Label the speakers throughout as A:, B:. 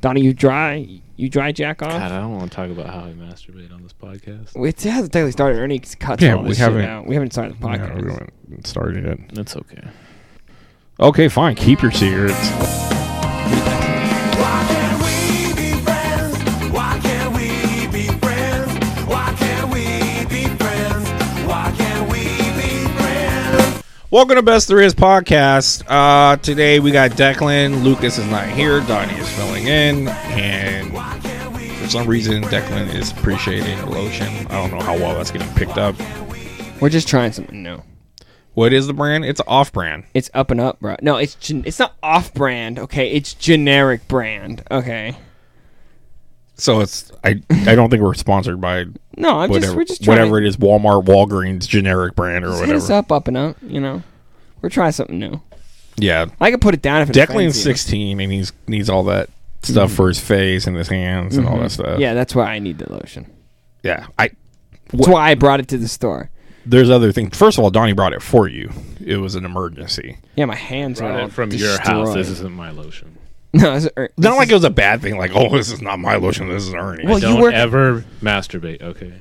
A: Donnie, you dry? You dry jack off?
B: God, I don't want to talk about how I masturbate on this podcast.
A: It hasn't technically started. Ernie cuts
C: Yeah,
A: all
C: we
A: this shit
C: haven't-
A: out. We haven't started the
C: Yeah, we
A: podcast.
C: haven't started yet.
B: That's okay.
C: Okay, fine. Keep your secrets.
D: Why can't we be friends? Why can't we be friends? Why can't we be friends? Why can't we be friends?
C: Welcome to Best There Is podcast. Uh, today we got Declan. Lucas is not here. Donnie is filling in, and for some reason Declan is appreciating the lotion. I don't know how well that's getting picked up.
A: We're just trying something new.
C: What is the brand? It's off-brand.
A: It's up and up, bro. No, it's gen- it's not off brand. Okay, it's generic brand. Okay.
C: So it's I I don't think we're sponsored by
A: No, I'm
C: whatever
A: just we're just trying.
C: whatever it is Walmart, Walgreens, generic brand or
A: Just hit us
C: whatever.
A: up, up and up. You know, we're trying something new.
C: Yeah,
A: I could put it down if it
C: Declan's
A: offends you.
C: 16 and he's needs all that stuff for his face and his hands and all that stuff.
A: Mm-hmm. Yeah, that's why I need the lotion.
C: yeah. I
A: That's why I brought it to the store.
C: there's other things. First of all, Donnie brought it for you. It was an emergency.
A: Yeah, my hands are
B: Brought
A: all
B: it from your house.
A: destroyed.
B: This isn't my lotion.
A: no, it's, er,
C: Not like it was a bad thing. Like, oh, this is not my lotion. This is Ernie.
A: Well, you
B: Don't
A: work-
B: ever masturbate. Okay.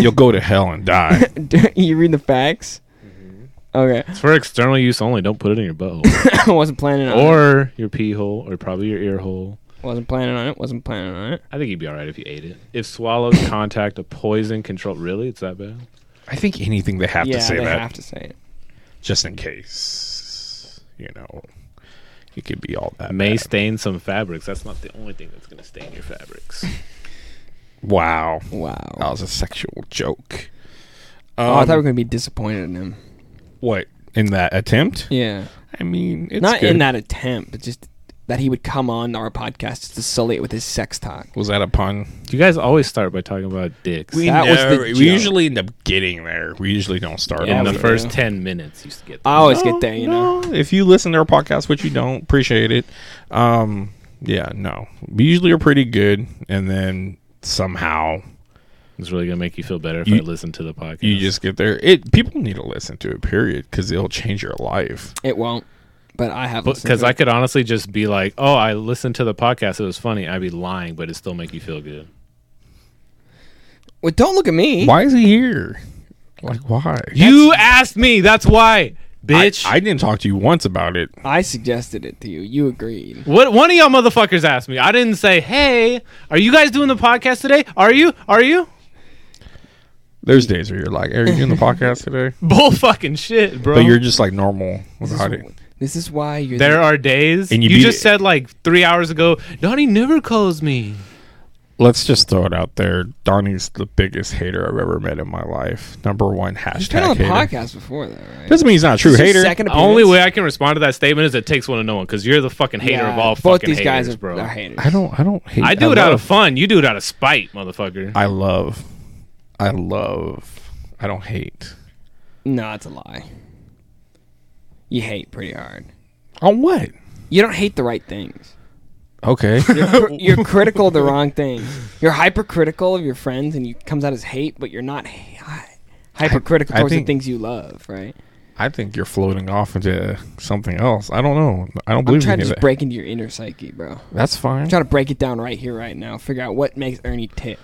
C: You'll go to hell and die.
A: you read the facts.
B: Mm-hmm.
A: Okay,
B: It's for external use only. Don't put it in your butthole
A: I wasn't planning on it.
B: or your pee hole or probably your ear hole.
A: Wasn't planning on it. Wasn't planning on it.
B: I think you'd be all right if you ate it. If swallowed, contact a poison control. Really, it's that bad?
C: I think anything they have
A: yeah,
C: to say
A: they
C: that
A: have to say it.
C: just in case, you know, it could be all that.
B: May
C: bad.
B: stain some fabrics. That's not the only thing that's going to stain your fabrics.
C: Wow,
A: Wow.
C: that was a sexual joke.
A: oh, I thought we
C: Um,
A: were gonna be disappointed in him.
C: what in that attempt?
A: Yeah,
C: I mean, it's
A: not in
C: good.
A: that attempt, but just that he would come on our podcast just to sully it with his sex talk.
C: Was that a pun?
B: You guys always start by talking about dicks.
A: We-
B: in
A: That was the
C: we
A: joke.
C: usually end up getting there. We usually don't start
A: Yeah,
C: on
B: the
A: we
B: first
A: do.
B: ten minutes, you get.
A: I always get there, you know.
C: no. If you listen to our podcast, which you don't, appreciate it. Um, yeah, no. We usually are pretty good, and then somehow
B: It's really gonna make you feel better if
C: You-
B: I listen to the podcast.
C: you just get there. It people need to listen to it, period, because it'll change your life.
A: It won't, but I have listened
B: because
A: to
B: I
A: it.
B: could honestly just be like, "Oh, I listened to the podcast. It was funny." I'd be lying, but it still make you feel good.
A: Well, don't look at me.
C: Why is he here? Like, why?
B: you asked me. That's why,
C: I,
B: bitch.
C: I didn't talk to you once about it.
A: I suggested it to you. You agreed.
B: what one of y'all motherfuckers asked me? I didn't say, "Hey, are you guys doing the podcast today? Are you? Are you?"
C: There's days where you're like, "Are you doing the podcast today?"
B: Bull fucking shit, bro.
C: But you're just like normal about
A: This
C: it.
A: is- This is why you're
B: there
A: the-
B: are days
C: And
B: and
C: you
B: you,
C: beat
B: just
C: it.
B: said like three hours ago. Donnie never calls me.
C: Let's just throw it out there. Donnie's the biggest hater I've ever met in my life. Number one
A: He's been
C: hashtag
A: on the
C: hater.
A: podcast before, though, right?
C: Doesn't mean he's not a true
A: This is
C: hater.
A: second
B: The only
A: appearance.
B: way I can respond to that statement is it takes one to know one because you're the fucking hater
A: Yeah,
B: of all
A: both
B: fucking
A: these guys
B: haters,
A: are,
B: bro.
A: are haters.
C: I don't. I don't hate.
B: I do it out of
C: love-
B: fun. You do it out of spite, motherfucker.
C: I love. I love. I don't hate.
A: No, it's a lie. You hate pretty hard.
C: On what?
A: You don't hate the right things.
C: Okay.
A: You're, cr- you're critical of the wrong things. You're hypercritical of your friends, and you comes out as hate, but you're not hi- hypercritical
C: I
A: towards
C: think-
A: the things you love, right?
C: I think you're floating off into something else. I don't know. I don't
A: I'm
C: believe
A: trying to
C: any of
A: just
C: that.
A: break into your inner psyche, bro.
C: That's fine.
A: I'm trying to break it down right here, right now. Figure out what makes Ernie tick.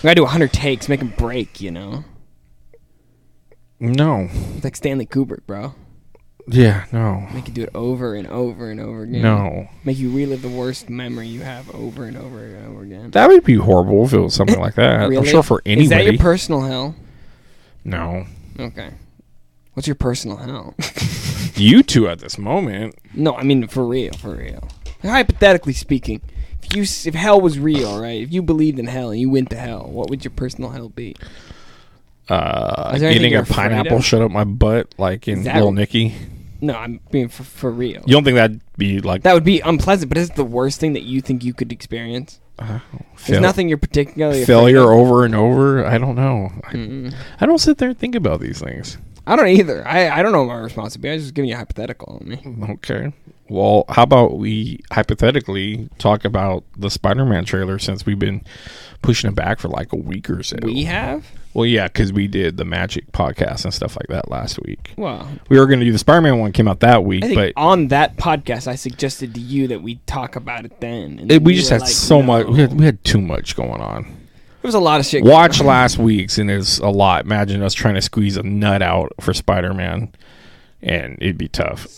A: I gotta do 100 takes, make him break, you know?
C: No.
A: It's like Stanley Kubrick, bro.
C: Yeah. No.
A: Make you do it over and over and over again.
C: No.
A: Make you relive the worst memory you have over and over and over again.
C: That would be horrible if it was something like that. I'm
A: Really?
C: sure for anybody.
A: Is that your personal hell?
C: no.
A: Okay. What's your personal hell?
C: You two at this moment.
A: no, I mean for real, for real. Hypothetically speaking, if you s- if hell was real, right? If you believed in hell and you went to hell, what would your personal hell be?
C: Uh,
A: Is there anything
C: getting
A: you're
C: a
A: afraid
C: pineapple
A: of?
C: shut up my butt like in
A: Is that-
C: Little Nicky.
A: No, I'm being for, for real.
C: You don't think that'd be like
A: That would be unpleasant, but is it the worst thing that you think you could experience? There's
C: fail-
A: nothing you're particularly afraid
C: failure
A: of.
C: over and over? I don't know. I,
A: Mm.
C: I don't sit there and think about these things.
A: I don't either. I, I don't know my response would be. I was just giving you a hypothetical. I mean,
C: Okay. Well, how about we hypothetically talk about the Spider-Man trailer since we've been pushing it back for like a week or so.
A: We have?
C: well, yeah, because we did the Magic podcast and stuff like that last week.
A: Well,
C: We were going to do the Spider-Man one came out that week,
A: I think
C: but
A: on that podcast, I suggested to you that we talk about it then. and
C: it,
A: then
C: we
A: you
C: just
A: were
C: had
A: like,
C: so
A: no.
C: much. We had, we had too much going on.
A: There was a lot of shit.
C: Watch last week's and it's a lot. Imagine us trying to squeeze a nut out for Spider-Man, and it'd be tough.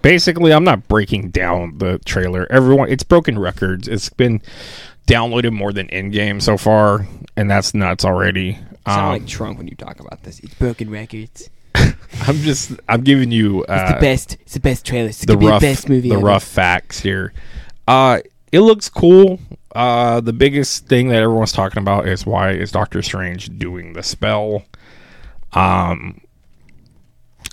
C: Basically, I'm not breaking down the trailer. Everyone, it's broken records. It's been downloaded more than Endgame so far, and that's nuts already.
A: You sound
C: Um,
A: like Trump when you talk about this. It's broken records. It's
C: I'm just, I'm giving you uh,
A: the best. It's the best trailer. It's
C: the
A: gonna be
C: rough
A: the best movie.
C: the
A: ever.
C: rough facts here. Uh, it looks cool. Uh, the biggest thing that everyone's talking about is why is Doctor Strange doing the spell? Um,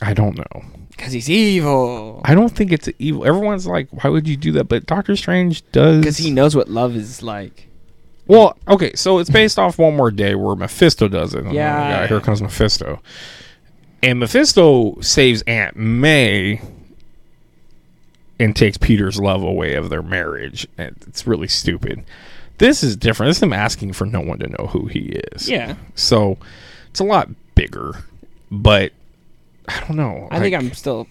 C: I don't know.
A: Because he's evil.
C: I don't think it's evil. Everyone's like, why would you do that? But Doctor Strange does.
A: Because he knows what love is like.
C: Well, okay, so it's based off One More Day where Mephisto does it. Oh my
A: Yeah.
C: God, here comes Mephisto. And Mephisto saves Aunt May and takes Peter's love away of their marriage. And It's really stupid. This is different. This is him asking for no one to know who he is.
A: Yeah.
C: So it's a lot bigger, but I don't know.
A: I think
C: Like,
A: I'm still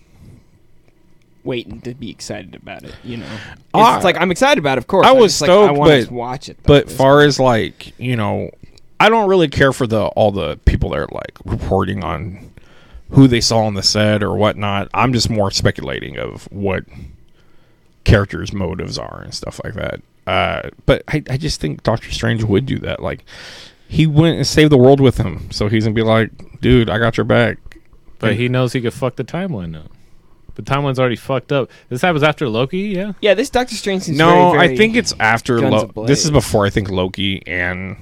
A: waiting to be excited about it. You know, it's,
C: I-
A: it's like I'm excited about. it, Of course,
C: Ah. I
A: I'm
C: was
A: just
C: stoked,
A: like, I wanna
C: but-
A: just watch it. though.
C: but
A: It's-
C: far as like you know i don't really care for the all the people that are like reporting on who they saw on the set or whatnot i'm just more speculating of what characters motives are and stuff like that uh, but I, I just think doctor strange would do that like he went and saved the world with him so he's gonna be like dude i got your back
E: But he knows he could fuck the timeline up. The timeline's already fucked up. This happens after Loki, yeah?
A: yeah, this Doctor Strange seems
C: no
A: very, very-
C: i think it's after
A: Guns
C: Lo- this is
A: ablaze.
C: before i think loki and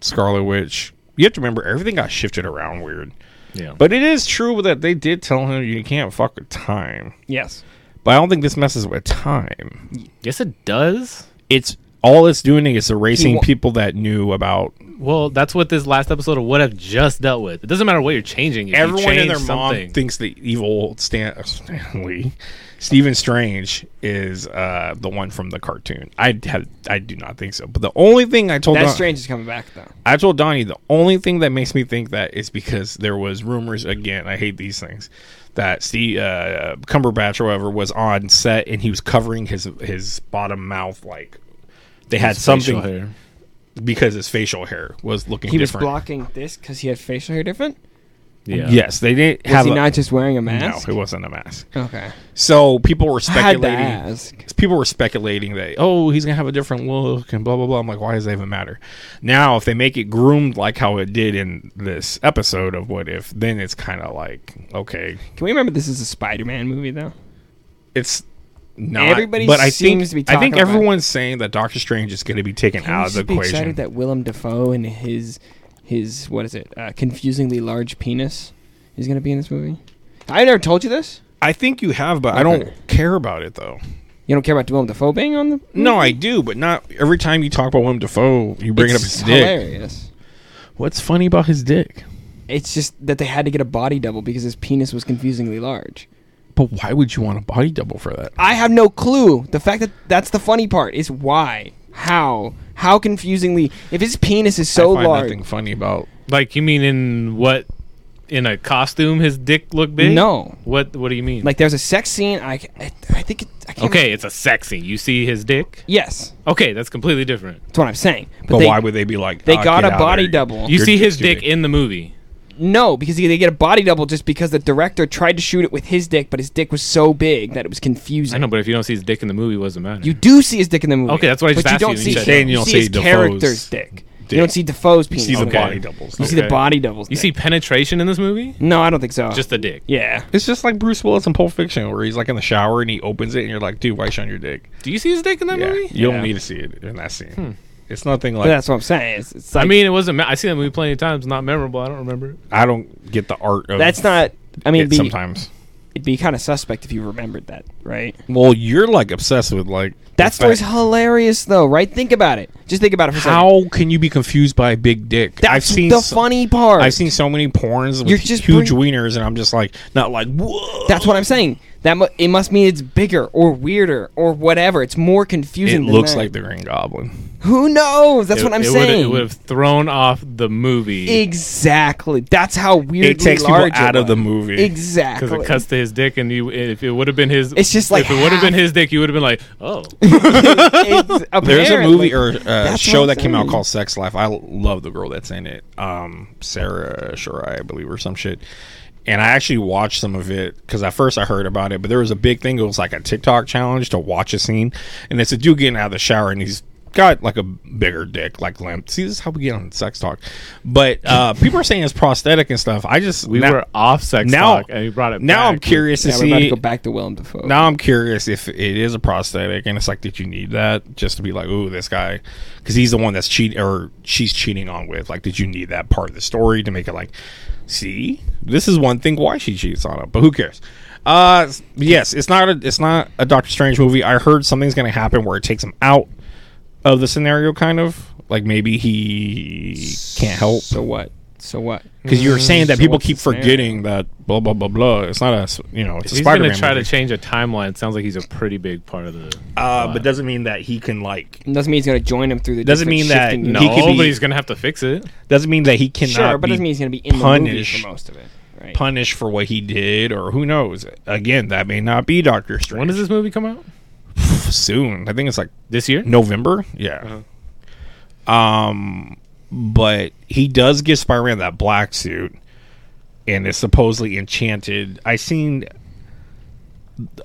C: scarlet witch you have to remember everything got shifted around weird
E: Yeah. But
C: But it is true that they did tell him you can't fuck with time.
A: yes.
C: But I don't think this messes with time.
E: yes it does.
C: It's all it's doing is erasing
A: He wa-
C: people that knew about
E: Well, that's what this last episode of What I've just dealt with. It doesn't matter what you're changing. If you
C: everyone and
E: change
C: their
E: something,
C: mom thinks the evil Stan uh, Stanley Stephen Strange is uh, the one from the cartoon. I had I do not think so. But the only thing I told
A: That
C: Don,
A: Strange is coming back though.
C: I told Donnie the only thing that makes me think that is because there was rumors again. I hate these things that Steve uh, Cumberbatch or whatever was on set and he was covering his his bottom mouth like they had something
E: here.
C: because his facial hair was looking.
A: He was
C: different.
A: blocking this because he had facial hair different.
E: Yeah.
C: Yes, they didn't
A: Was
C: have.
A: he
C: a,
A: not just wearing a
C: no,
A: mask?
C: it wasn't a mask.
A: okay,
C: So people were
A: I had to
C: speculating.
A: ask.
C: people were speculating that oh he's gonna have a different look and blah blah blah. I'm like, why does that even matter? Now if they make it groomed like how it did in this episode of What If, then it's kind of like okay,
A: Can we remember this is a Spider-Man movie though?
C: it's not.
A: Everybody
C: but I
A: seems
C: think
A: to be
C: I
A: talking
C: think
A: about it.
C: everyone's saying that Doctor Strange is gonna be taken
A: I'm
C: out of
A: just
C: the
A: be
C: equation.
A: excited that Willem Dafoe and his his what is it? Uh, confusingly large penis is going to be in this movie. I never told you this.
C: I think you have, but I
A: Okay. Mm-hmm.
C: don't care about it though.
A: You don't care about Willem Dafoe being on the.
C: No, I do, but not every time you talk about Willem Dafoe, you bring
A: it's
C: up his dick.
A: hilarious.
C: What's funny about his dick?
A: It's just that they had to get a body double because his penis was confusingly large.
C: But why would you want a body double for that?
A: I have no clue. The fact that that's the funny part is why, how, how confusingly. If his penis is so
C: I find
A: large,
C: nothing funny about
E: Like you mean in what in a costume his dick looked big?
A: No.
E: What what do you mean?
A: like there's a sex scene. I, I, I think it. I can't
E: Okay, it's a sex scene. You see his dick?
A: Yes,
E: Okay, that's completely different.
A: that's what I'm saying.
C: But
A: they-
C: why would they be like?
A: they
C: "Ah,
A: got
C: get
A: a
C: out
A: body
C: there, you-
A: double.
E: You
C: Your
E: see
C: dick's
E: his
C: too
E: dick
C: big."
E: in the movie.
A: No, because they get a body double just because the director tried to shoot it with his dick, but his dick was so big that it was confusing.
E: I know, but if you don't see his dick in the movie, what does it matter?
A: You do see his dick in the movie.
E: Okay, that's why I just
A: but you
E: asked
A: don't
E: you.
A: see
E: You
A: his
E: said
C: you
A: You
C: don't
A: see
C: see
A: his
C: Dafoe's
A: character's dick. You don't see Defoe's penis.
C: see the
A: on
E: Okay.
C: body doubles.
A: You see the
E: Okay.
A: body doubles.
E: You see penetration in this movie?
A: No, I don't think so.
E: Just the dick.
A: yeah.
C: It's just like Bruce Willis in Pulp Fiction, where he's like in the shower and he opens it, and you're like, "Dude, why you showing your dick?"
E: Do you see his dick in that
C: Yeah, Hmm.
E: movie?
C: you
A: Yeah.
C: don't need to see it in that scene. It's nothing
A: But
C: like
A: that's what I'm saying. It's, it's like,
E: I mean, it wasn't. Me- I see that movie plenty of times. Not memorable. I don't remember. it.
C: I don't get the art of
A: that's not. I mean,
C: it
A: it'd be,
C: sometimes.
A: it'd be kind of suspect if you remembered that, right?
C: Well, you're like obsessed with like
A: That
C: the fact-
A: story's hilarious, though, right? Think about it. Just think about it for a second.
C: How can you be confused by a big dick?
A: That's
C: I've seen
A: the
C: so-
A: funny part.
C: I've seen so many porns with
A: You're just
C: huge
A: bring-
C: wieners, and I'm just like not like whoa.
A: That's what I'm saying. That mu- it must mean it's bigger or weirder or whatever. It's more confusing.
C: It
A: than
C: looks
A: that.
C: like the Green Goblin.
A: Who knows? That's
E: It-
A: what I'm
E: it would've-
A: saying.
E: It would have thrown off the movie
A: exactly. That's how weirdly
C: It takes people
A: large
C: out
A: it
C: of the
A: was.
C: movie.
A: Exactly.
E: because it cuts to his dick, and you, if it would have been his,
A: It's just like
E: if it would have been
A: half-
E: his dick, you would have been like, oh,
A: It's-
C: There's a
A: apparently.
C: movie or uh,
A: That's
C: show
A: what I'm
C: that came out
A: saying.
C: called Sex Life. I love the girl that's in it, um, Sarah Shirai, I believe, or some shit. And I actually watched some of it because at first I heard about it, but there was a big thing. It was like a TikTok challenge to watch a scene, and it's a dude getting out of the shower, and he's got like a bigger dick, like limp. See, this is how we get on sex talk. But uh, people are saying it's prosthetic and stuff. I just
E: we
C: now,
E: were off sex
C: now.
E: talk, and he brought it.
C: now
E: back.
C: I'm curious to
A: Yeah,
C: see
A: we're about to go back to Willem Dafoe.
C: now I'm curious if it is a prosthetic, and it's like, did you need that just to be like, ooh, this guy, because he's the one that's cheat or she's cheating on with. Like, did you need that part of the story to make it like, see, this is one thing why she cheats on him, but who cares? Uh, yes, it's not a it's not a Doctor Strange movie. I heard something's gonna happen where it takes him out of the scenario, kind of like maybe he can't help
A: So what? So what?
C: because you were saying that
A: So
C: people
A: Mm, what's
C: keep
A: the scenario?
C: forgetting that blah blah blah blah. It's not a s- you know it's a
E: He's
C: Spider-Man.
E: gonna try
C: movie.
E: to change a timeline. It sounds like he's a pretty big part of the.
C: Uh, but doesn't mean that he can like.
A: Doesn't mean he's gonna join him through the.
C: Doesn't
A: different
C: mean that-
A: shifting
E: no,
C: he could be-
E: but he's gonna have to fix it.
C: Doesn't mean that he cannot.
A: Sure, but
C: be
A: doesn't mean he's gonna be in the movie
C: punished-
A: for most of it. Right.
C: punished for what he did, or who knows? Again, that may not be Doctor Strange.
E: When does this movie come out?
C: soon? I think it's like
E: This year?
C: November. Yeah. Um, but he does give Spider-Man that black suit, and it's supposedly enchanted. I seen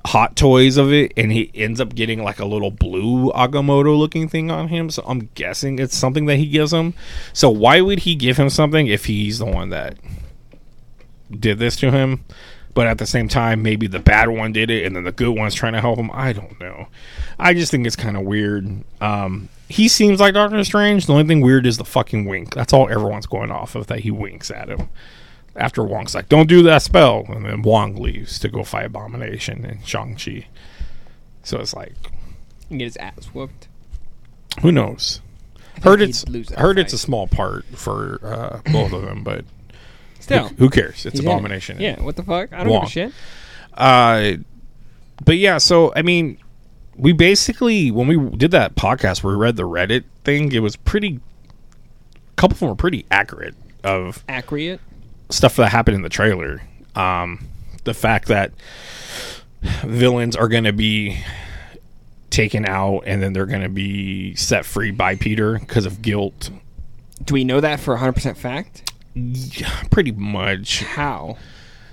C: hot toys of it, and he ends up getting like a little blue Agamotto looking thing on him. So I'm guessing it's something that he gives him. So why would he give him something if he's the one that did this to him? But at the same time, maybe the bad one did it, and then the good one's trying to help him. I don't know. I just think it's kind of weird. Um, he seems like Doctor Strange. The only thing weird is the fucking wink. That's all everyone's going off of that he winks at him after Wong's like, "Don't do that spell," and then Wong leaves to go fight Abomination and Shang Chi. So it's like,
A: He can get his ass whooped.
C: who knows? Heard
A: he'd
C: it's
A: lose that
C: heard it's a
A: fight.
C: small part for uh, both of them, but
A: Still,
C: who cares? It's
A: he's in it.
C: Abomination.
A: Yeah. What the fuck? I don't give
C: Wong.
A: a shit.
C: Uh, but yeah, so I mean, we basically when we did that podcast, where we read the Reddit thing. It was pretty. A couple of them were pretty accurate of
A: Accurate.
C: stuff that happened in the trailer. Um, the fact that villains are going to be taken out and then they're going to be set free by Peter because of guilt.
A: Do we know that for 100 percent fact?
C: Yeah, pretty much.
A: How?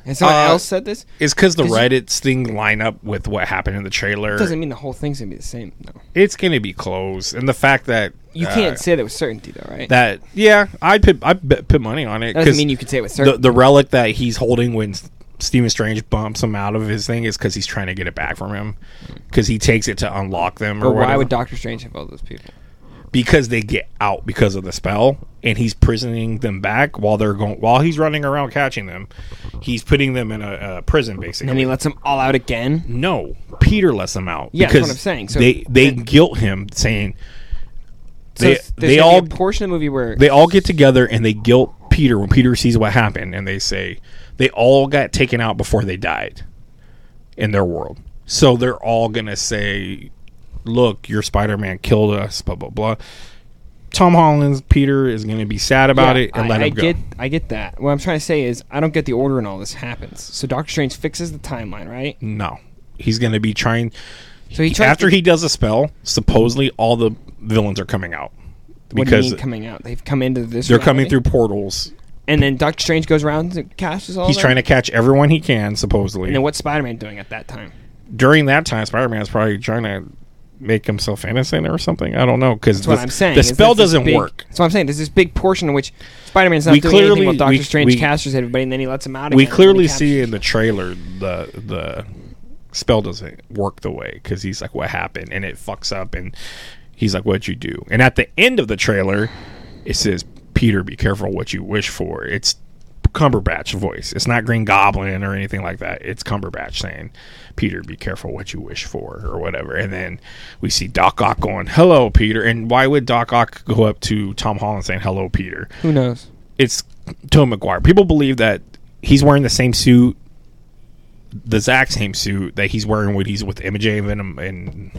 A: Has someone
C: Uh,
A: else said this?
C: It's because the
A: 'Cause you-
C: Reddit's thing line up with what happened in the trailer.
A: Doesn't mean the whole thing's gonna be the same. No.
C: it's going to be close, and the fact that
A: You
C: uh,
A: can't say that with certainty, though, right? That
C: that yeah, I put I bet- put money on it.
A: doesn't
C: 'cause
A: mean you can say it with
C: the
A: certainty.
C: the relic that he's holding when S- Stephen Strange bumps him out of his thing is because he's trying to get it back from him because he takes it to unlock them or
A: But why
C: whatever.
A: would Doctor Strange have all those people?
C: because they get out because of the spell and he's prisoning them back while they're going while he's running around catching them. He's putting them in a, a prison basically.
A: And he lets them all out again.
C: no, Peter lets them out.
A: Yeah, that's
C: because
A: what I'm saying. So-
C: they they guilt him saying
A: So
C: They-
A: s- there's
C: they
A: gonna be
C: all-
A: a portion of the movie where
C: they all get together and they guilt Peter when Peter sees what happened, and they say they all got taken out before they died in their world. So they're all gonna say, "Look, your Spider-Man killed us." Blah blah blah. Tom Holland's Peter is gonna be sad about
A: Yeah,
C: it and
A: I,
C: let
A: I
C: him go.
A: get, I get that. What I'm trying to say is, I don't get the order and all this happens. So Doctor Strange fixes the timeline, right?
C: no, he's gonna be trying.
A: So he tries
C: After
A: to,
C: he does a spell, supposedly all the villains are coming out
A: what do you
C: because
A: mean coming out, they've come into this.
C: they're coming
A: reality,
C: through portals.
A: and then Doctor Strange goes around and cashes all.
C: He's
A: of them?
C: trying to catch everyone he can, supposedly.
A: And then what's Spider-Man doing at that time?
C: during that time, Spider Man's probably trying to make himself innocent or something. I don't know because
A: That's what I'm saying.
C: The
A: is there's
C: spell
A: this
C: doesn't
A: big-
C: work.
A: That's what I'm saying. There's this big portion in which Spider-Man's not
C: We
A: doing
C: clearly-
A: anything while Doctor
C: we-
A: Strange
C: we-
A: casters everybody, and then he lets him out.
C: We
A: again, and then he
C: clearly
A: captures-
C: see in the trailer the the spell doesn't work the way because he's like, "What happened?" and it fucks up, and he's like, "What'd you do?" And at the end of the trailer, it says, "Peter, be careful what you wish for." It's Cumberbatch voice. It's not Green Goblin or anything like that. It's Cumberbatch saying, "Peter, be careful what you wish for," or whatever. And then we see Doc Ock going, "Hello, Peter." And why would Doc Ock go up to Tom Holland saying, "Hello, Peter"?
A: Who knows?
C: it's Tom McGuire. People believe that he's wearing the same suit the exact same suit that he's wearing when he's with MJ and Venom and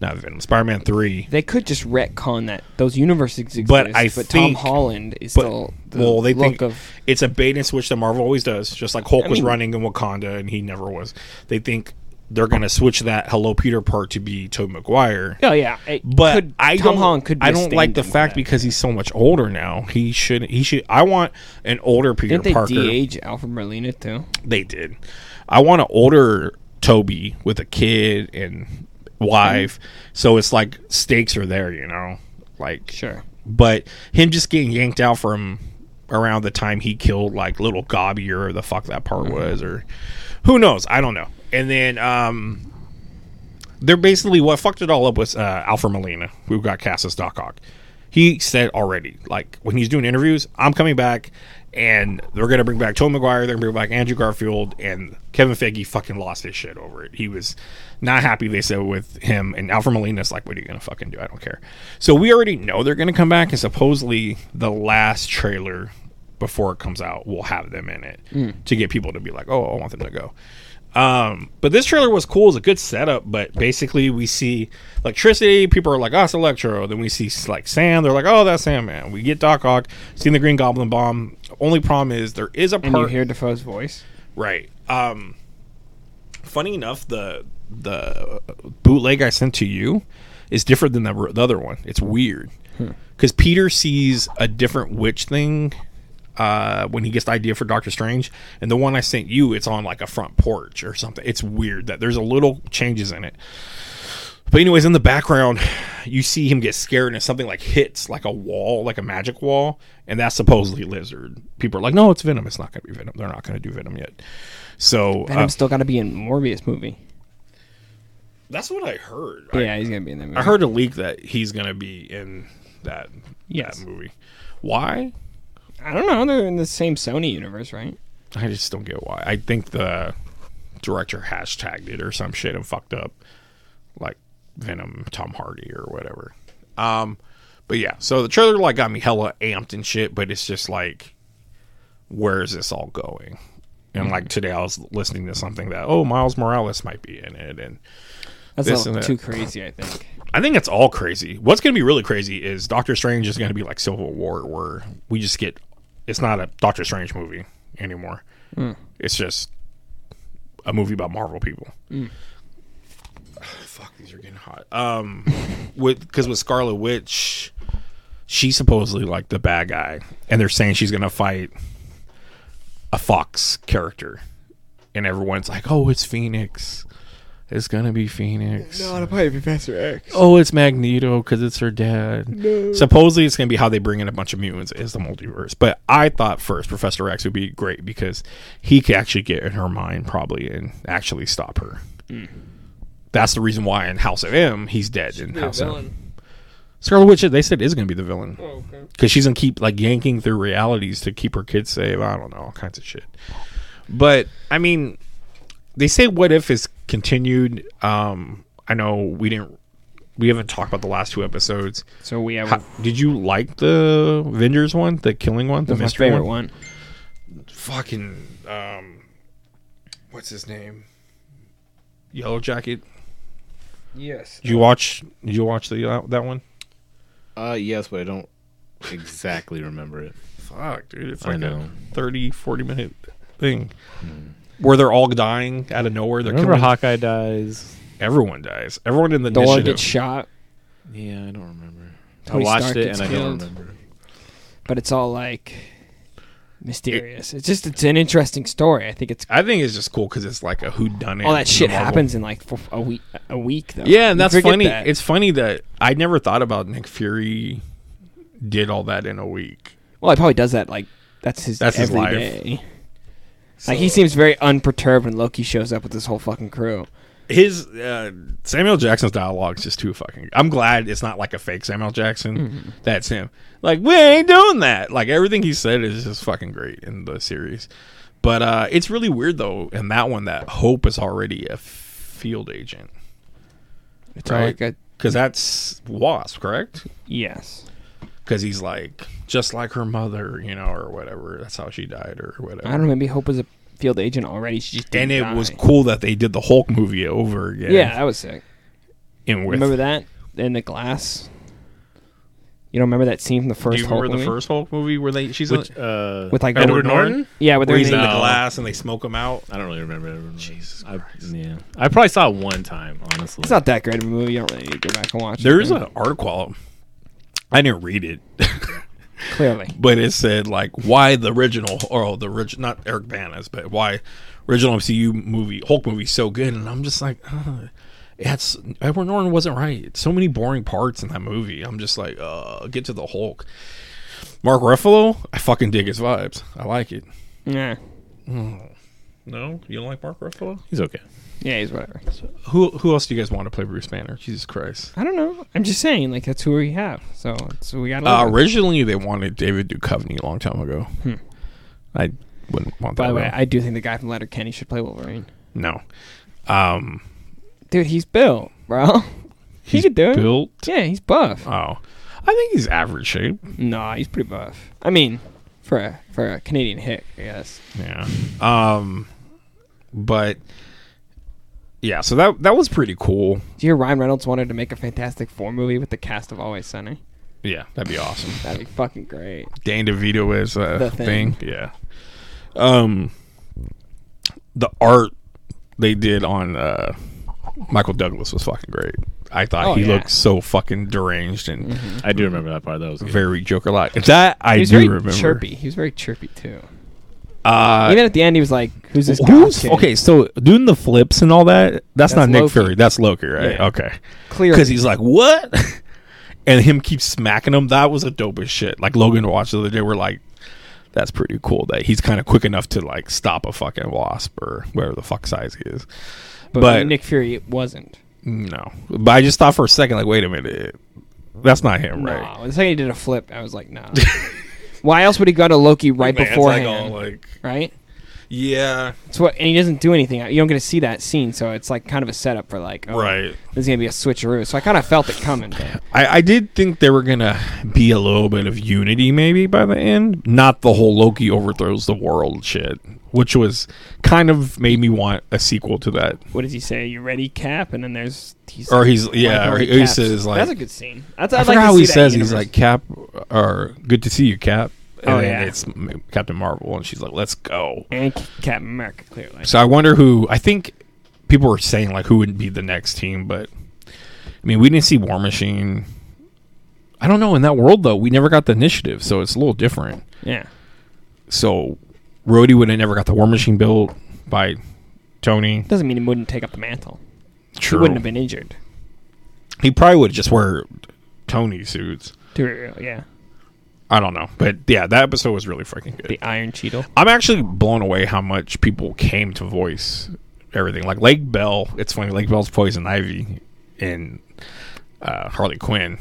C: not Venom, Spider Man Three.
A: They could just retcon that those universes exist,
C: But I
A: Tom
C: think-
A: Holland is
C: But
A: still the
C: well, they
A: look
C: think
A: of
C: it's a bait and switch that Marvel always does. Just like Hulk
A: I
C: was
A: mean-
C: running in Wakanda and he never was. They think they're gonna switch that Hello Peter part to be Tobey Maguire.
A: Oh yeah, it
C: But
A: could,
C: I
A: Tom
C: don't,
A: Holland could. Be
C: I
A: a
C: don't like the
A: stand-in for
C: fact
A: that.
C: because he's so much older now. He should. He should. I want an older Peter
A: didn't they
C: Parker.
A: de-age Alfred Molina too?
C: They did. I want an older Toby with a kid and wife, so it's like stakes are there, you know. Like
A: Sure.
C: but him just getting yanked out from around the time he killed like little Gobby or the fuck that part was, or who knows? I don't know. And then um, they're basically what fucked it all up was uh, Alfred Molina, who got cast as Doc Ock. He said already, like when he's doing interviews, I'm coming back, and they're gonna bring back Tom McGuire, they're gonna bring back Andrew Garfield, and Kevin Feige fucking lost his shit over it. He was not happy. They said with him and Alfred Molina's like, what are you gonna fucking do? I don't care. So we already know they're gonna come back, and supposedly the last trailer before it comes out will have them in it to get people to be like, oh, I want them to go. Um, but this trailer was cool. It's a good setup, but basically we see electricity. People are like, "Oh, it's Electro." Then we see like Sam. They're like, "Oh, that's Sam, man." We get Doc Ock, seeing the Green Goblin bomb. Only problem is there is a
A: And you
C: part
A: hear Defoe's voice.
C: right. Um, funny enough, the the bootleg I sent to you is different than the, the other one. It's weird because Peter sees a different witch thing uh, when he gets the idea for Doctor Strange, and the one I sent you, it's on like a front porch or something. It's weird that there's a little changes in it. But anyways, in the background, you see him get scared and something like hits like a wall, like a magic wall, and that's supposedly lizard. People are like, "No, it's Venom. It's not going to be Venom. They're not going to do Venom yet." So
A: Venom's
C: uh,
A: still got to be in Morbius movie.
C: that's what I heard.
A: yeah, he's gonna be in that movie.
C: I, I heard a leak that he's going to be in that
A: Yes.
C: that movie. Why?
A: I don't know. They're in the same Sony universe, right?
C: I just don't get why. I think the director hashtagged it or some shit and fucked up, like Venom, Tom Hardy or whatever. Um, but yeah, so the trailer like got me hella amped and shit, but it's just like, where is this all going? And
A: Mm-hmm.
C: like today, I was listening to something that oh Miles Morales might be in it, and
A: That's
C: This
A: a little
C: and that.
A: too crazy, I think.
C: I think it's all crazy. What's going to be really crazy is Doctor Strange is going to be like Civil War, where we just get it's not a Doctor Strange movie anymore. It's just a movie about Marvel people. Fuck, these are getting hot. Um, with because with Scarlet Witch, she's supposedly like the bad guy, and they're saying she's going to fight a Fox character, and everyone's like, "Oh, it's Phoenix." It's gonna be Phoenix.
A: I'll play Professor X.
C: Oh, it's Magneto because it's her dad. Supposedly, it's going to be how they bring in a bunch of mutants is the multiverse. But I thought first Professor X would be great because he could actually get in her mind probably and actually stop her. That's the reason why in House of M he's dead in House of M. Scarlet Witch, they said is going to be the villain because she's going to keep like yanking through realities to keep her kids safe. I don't know, all kinds of shit. But I mean, they say what if is continued. Um, I know we didn't, we haven't talked about the last two episodes.
A: So we have
C: How, did you like the Avengers one, the killing one, the
A: that's my
C: mystery
A: favorite
C: one?
A: one.
C: Fucking um, what's his name? Yellow Jacket.
A: Yes.
C: Did you watch? Did you watch the uh, that one?
B: Uh, yes, but I don't exactly remember it.
C: Fuck, dude, it's
B: I
C: like a
B: know.
C: 30, 40 minute thing where they're all dying out of nowhere. They're
E: Remember
C: killing
E: Hawkeye dies.
C: everyone dies. Everyone in the
A: Thor
C: initiative.
A: gets shot,
B: Yeah, I don't remember.
A: Tony
B: I watched
A: Stark
B: it
A: gets
B: and I don't
A: killed.
B: remember.
A: but it's all like mysterious. it's just it's an interesting story. I think it's
C: I think it's just cool because it's like a whodunit.
A: all that
C: in
A: shit
C: the Marvel-
A: happens in like f- a week. A week though.
C: Yeah,
A: You
C: and that's
A: forget
C: funny.
A: that.
C: It's funny that I never thought about Nick Fury did all that in a week.
A: well, he probably does that. Like that's his.
C: That's
A: That's
C: his
A: every
C: life.
A: day. Like he seems very unperturbed when Loki shows up with his whole fucking crew.
C: His uh, Samuel Jackson's dialogue is just too fucking. I'm glad it's not like a fake Samuel Jackson.
A: Mm-hmm.
C: That's him. Like we ain't doing that. Like everything he said is just fucking great in the series. But uh, it's really weird though in that one that Hope is already a field agent
A: It's all
C: Right.
A: like a
C: because that's Wasp, correct?
A: yes.
C: because he's like just like her mother, you know, or whatever. That's how she died, or whatever.
A: I don't know. Maybe Hope is a field agent already. She just
C: and
A: didn't
C: it
A: die.
C: was cool that they did the Hulk movie over again.
A: yeah, that was sick.
C: and with
A: Remember that in the glass? You don't remember that scene from the first
C: do you remember
A: Hulk
C: the
A: movie?
C: first Hulk movie where they she's
B: Which,
C: in,
B: uh,
A: with like
C: Edward
A: the,
C: Norton?
A: Yeah, with
C: where
A: their
C: he's in
A: name.
C: the
B: No.
C: glass and they smoke him out.
B: I don't really remember. everyone.
C: Jesus
B: I,
C: Christ.
B: yeah, I probably saw it one time. Honestly,
A: It's not that great of a movie. You don't really need to go back and watch.
C: There's
A: it,
C: an article. I didn't read it,
A: clearly.
C: but it said like why the original or the orig- not Eric Bana's, but why original MCU movie Hulk movie so good, and I'm just like, uh, that's Edward Norton wasn't right. So many boring parts in that movie. I'm just like, uh, get to the Hulk. Mark Ruffalo, I fucking dig his vibes. I like it.
A: Yeah,
C: No, you don't like Mark Ruffalo?
B: he's okay.
A: yeah, he's whatever.
C: Who who else do you guys want to play Bruce Banner? Jesus Christ.
A: I don't know. I'm just saying, like that's who we have. So it's, we got.
C: Uh, originally, they wanted David Duchovny a long time ago. I wouldn't want
A: Hmm. By
C: that.
A: the way,
C: though.
A: I do think the guy from Letter Kenny should play Wolverine.
C: no. Um,
A: Dude, he's built, bro. he
C: he's
A: could do it.
C: built.
A: Yeah, he's buff.
C: Oh, I think he's average shape.
A: Nah, he's pretty buff. I mean, for a for a Canadian hick, I guess.
C: Yeah. Um, but yeah, so that that was pretty cool.
A: Do you hear Ryan Reynolds wanted to make a Fantastic Four movie with the cast of Always Sunny?
C: Yeah, that'd be awesome.
A: That'd be fucking great.
C: Dan DeVito is a
A: The
C: thing.
A: Thing.
C: Yeah. Um, the art they did on uh, Michael Douglas was fucking great. I thought
A: Oh,
C: he
A: yeah. Mm-hmm.
C: looked so fucking deranged and
B: I do remember that part. That was good.
C: very Joker like. That I
A: He was
C: do
A: very
C: remember.
A: chirpy. He was very chirpy too.
C: Uh,
A: Even at the end, he was like, "Who's this?" goth
C: who's
A: kid?
C: okay? So doing the flips and all that. That's,
A: That's
C: not Nick
A: Loki.
C: Fury. That's Loki, right?
A: Yeah.
C: Okay.
A: Clearly,
C: Because he's like, what? and him keeps smacking him. That was a dope as shit. Like Logan watched the other day. We're like, that's pretty cool that he's kind of quick enough to like stop a fucking wasp or whatever the fuck size he is.
A: but,
C: but-
A: Nick Fury it wasn't.
C: No, but I just thought for a second, like, wait a minute, that's not him, right?
A: No, the second he did a flip, I was like, "Nah." Why else would he go to Loki right
C: Man, it's
A: beforehand?
C: like, all, uh, like,
A: right?
C: yeah,
A: It's what, and he doesn't do anything. You don't get to see that scene, so it's like kind of a setup for like, oh,
C: right.
A: There's gonna be a switcheroo. So I kind of felt it coming. but-
C: I, I did think there were gonna be a little bit of unity maybe by the end. Not the whole Loki overthrows the world shit, which was kind of made me want a sequel to that.
A: what does he say? You ready, Cap? And then there's he's
C: Or he's yeah,
A: like,
C: or
A: holy
C: he, he
A: caps.
C: says like
A: that's a good scene. That's,
C: I
A: I'd
C: forgot
A: like to
C: how
A: see
C: he
A: that
C: says
A: in
C: he's
A: universe.
C: like Cap or good to see you Cap. And
A: Oh,
C: then
A: yeah.
C: it's M- Captain Marvel, and she's like, "Let's go."
A: and C- Captain America clearly.
C: So I wonder who. I think people were saying like who would be the next team, but I mean we didn't see War Machine. I don't know. In that world though, we never got the initiative, so it's a little different.
A: Yeah,
C: So Rhodey would have never got the War Machine built by Tony.
A: doesn't mean he wouldn't take up the mantle.
C: True.
A: He wouldn't have been injured.
C: He probably would just wear Tony suits.
A: To be real, yeah.
C: I don't know, but yeah, that episode was really freaking good.
A: The Iron Cheetle.
C: I'm actually blown away how much people came to voice everything. Like Lake Bell, it's funny. Lake Bell's Poison Ivy and uh, Harley Quinn,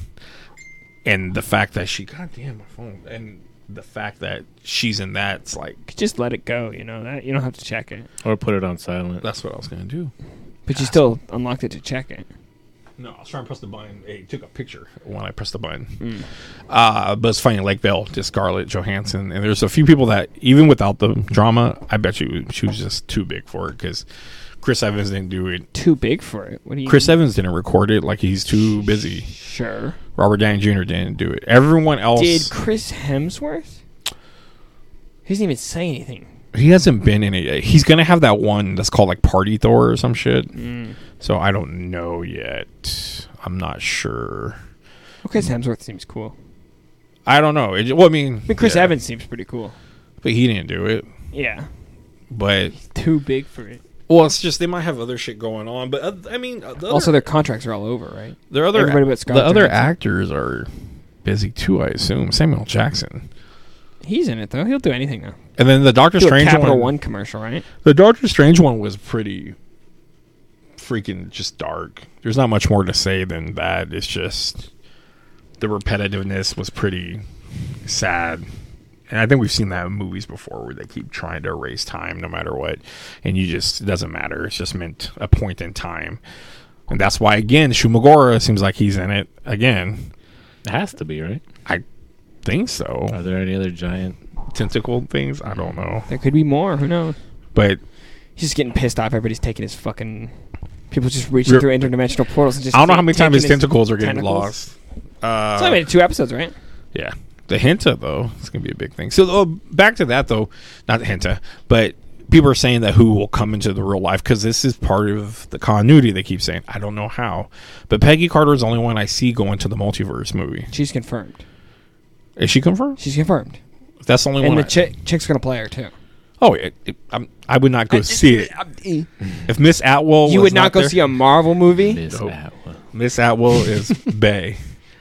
C: and the fact that she, God damn my phone, and the fact that she's in that's like
A: Just let it go. You know that you don't have to check it, Ah.
B: Or put it on silent.
C: that's what I was gonna do.
A: but you still unlocked it to check it.
C: No, I was trying to press the button. It took a picture when I pressed the button. Uh, but it's funny, Lake Bell to Scarlett Johansson, and there's a few people that even without the drama, I bet you she was just too big for it because Chris Evans didn't do it.
A: Too big for it. What do you?
C: Chris Evans didn't record it. Like he's too busy.
A: Sure.
C: Robert Downey Jr. didn't do it. Everyone else,
A: Did Chris Hemsworth? He doesn't even say anything.
C: he hasn't been in it. He's gonna have that one that's called like Party Thor or some shit.
A: Mm.
C: So I don't know yet. I'm not sure.
A: Well, Chris Hemsworth seems cool.
C: I don't know. It, well, I mean,
A: I mean, Chris
C: yeah.
A: Evans seems pretty cool.
C: but he didn't do it.
A: Yeah.
C: But
A: Too big for it.
C: well, it's just they might have other shit going on. But I mean,
A: Also, their contracts are all over, right?
C: their other
A: everybody but Scarlett
C: the other
A: Johansson.
C: actors are busy too. I assume Samuel Jackson,
A: He's in it though. He'll do anything now.
C: and then the Doctor
A: Do a
C: Strange
A: Capital One commercial, right?
C: The Doctor Strange one was pretty freaking just dark. There's not much more to say than that. It's just the repetitiveness was pretty sad. And I think we've seen that in movies before where they keep trying to erase time no matter what. And you just, it doesn't matter. It's just meant a point in time. And that's why, again, Shumagora seems like he's in it again.
B: It has to be right.
C: I think so.
B: Are there any other giant?
C: Tentacle Uh, things? I don't know.
A: There could be more. Who knows?
C: But
A: He's just getting pissed off. Everybody's taking his fucking. People just reaching
C: Re-
A: through interdimensional portals and just.
C: I don't know
A: ta-
C: how many times
A: taking
C: his tentacles are getting
A: tentacles.
C: lost. Uh,
A: It's only made it two episodes, right?
C: Yeah. The Hinta, though, it's going to be a big thing. So, oh, back to that, though, not the Hinta, but people are saying that who will come into the real life because this is part of the continuity they keep saying. I don't know how. But Peggy Carter is the only one I see going to the multiverse movie.
A: She's confirmed.
C: Is she confirmed?
A: She's confirmed.
C: That's the only
A: And
C: one.
A: the
C: I-
A: chick, chick's gonna play her too.
C: oh, it, it, I'm, I would not go see it. If Miss Atwell
A: You
C: was
A: would not go
C: there-
A: see a Marvel movie,
B: Miss
C: Nope.
B: Atwell.
C: Miss Atwell is Bay.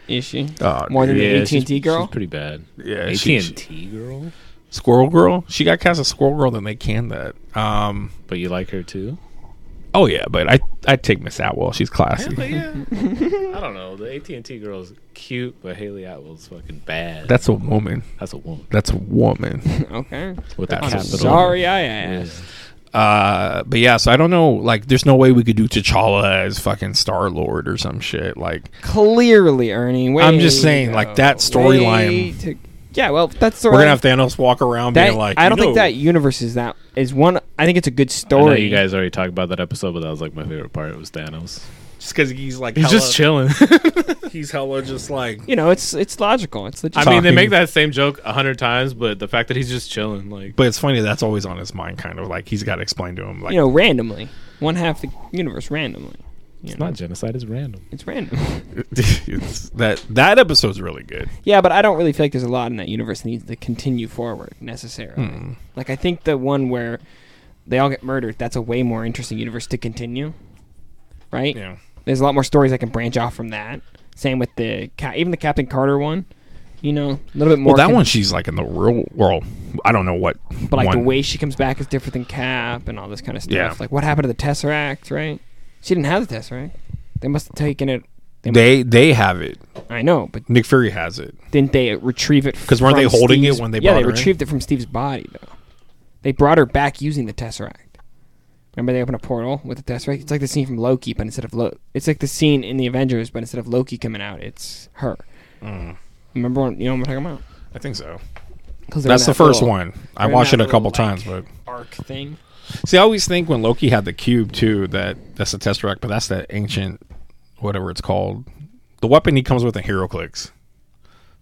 A: is she?
C: Oh,
A: More than
B: Yeah,
A: an AT
B: she's-
A: and T girl.
B: She's pretty bad.
C: Yeah,
B: AT
C: she-
B: and T girl.
C: Squirrel Girl. She got cast as Squirrel Girl, then they canned that. Um,
B: But you like her too?
C: oh yeah, but I I take Miss Atwell. She's classy.
B: yeah. I don't know. The AT and T girl's cute, but Haley Atwell's fucking bad.
C: That's a woman.
B: That's a woman
C: That's a woman.
A: okay.
B: with a
C: That's
B: capital.
A: Sorry, I asked.
C: Uh, but yeah, so I don't know. Like, there's no way we could do T'Challa as fucking Star Lord or some shit. Like,
A: Clearly, Ernie. Way
C: I'm just
A: to
C: saying,
A: go.
C: like, that
A: Way
C: storyline-
A: to- Yeah, well, that's the
C: we're gonna have Thanos walk around
A: That,
C: being like,
A: I don't
C: you
A: think
C: know-
A: that universe is that is one. I think it's a good
B: I know
A: story.
B: you guys already talked about that episode, but that was like my favorite part. It was Thanos.
C: just because he's like,
E: He's
C: hella,
E: just chilling.
C: he's hella just like.
A: You know, it's it's logical. It's legit.
E: I mean, they
C: Talking.
E: make that same joke a hundred times, but the fact that he's just chilling, like,
C: But it's funny that's always on his mind, kind of like he's got to explain to him, like,
A: you know, randomly, one half the universe randomly.
B: It's not genocide. It's random.
A: It's random.
C: it's, that that episode's really good.
A: yeah, but I don't really feel like there's a lot in that universe that needs to continue forward necessarily.
C: Hmm.
A: Like I think the one where they all get murdered, that's a way more interesting universe to continue. Right?
C: Yeah.
A: There's a lot more stories I can branch off from that. Same with the Ca- even the Captain Carter one. You know, a little bit more.
C: Well, that
A: con-
C: one she's like in the real world. I don't know what.
A: but like the
C: one-
A: way she comes back is different than Cap and all this kind of stuff.
C: Yeah.
A: Like what happened to the Tesseract? Right? She didn't have the Tesseract. They must have taken it. They,
C: they they have it.
A: I know, but
C: Nick Fury has it.
A: didn't they retrieve it?
C: 'Cause weren't
A: from
C: they holding it
A: Steve's-
C: when they
A: yeah
C: brought
A: they
C: her in?
A: retrieved it from Steve's body though. They brought her back using the Tesseract. Remember they open a portal with the Tesseract. It's like the scene from Loki, but instead of Lo- it's like the scene in the Avengers, but instead of Loki coming out, it's her.
C: Mm.
A: Remember when, you know what I'm talking about?
C: I think so.
A: 'Cause they're in
C: That's the
A: that
C: first
A: little
C: one. I
A: they're in
C: watched
A: that
C: it a couple
A: little,
C: times, but
A: like, arc thing.
C: see, I always think when Loki had the cube too that that's the Tesseract, but that's that ancient whatever it's called, the weapon he comes with in HeroClix,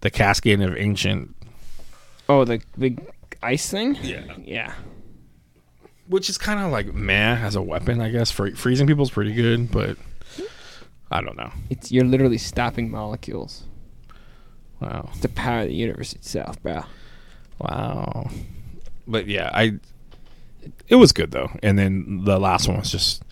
C: the casket of ancient,
A: Oh, the big ice thing. Yeah. Yeah.
C: which is kind of like man as a weapon, I guess. For freezing people's pretty good, but I don't know.
A: It's you're literally stopping molecules.
C: Wow.
A: It's the power of the universe itself, bro.
C: Wow. But yeah, I it was good though. And then the last one was just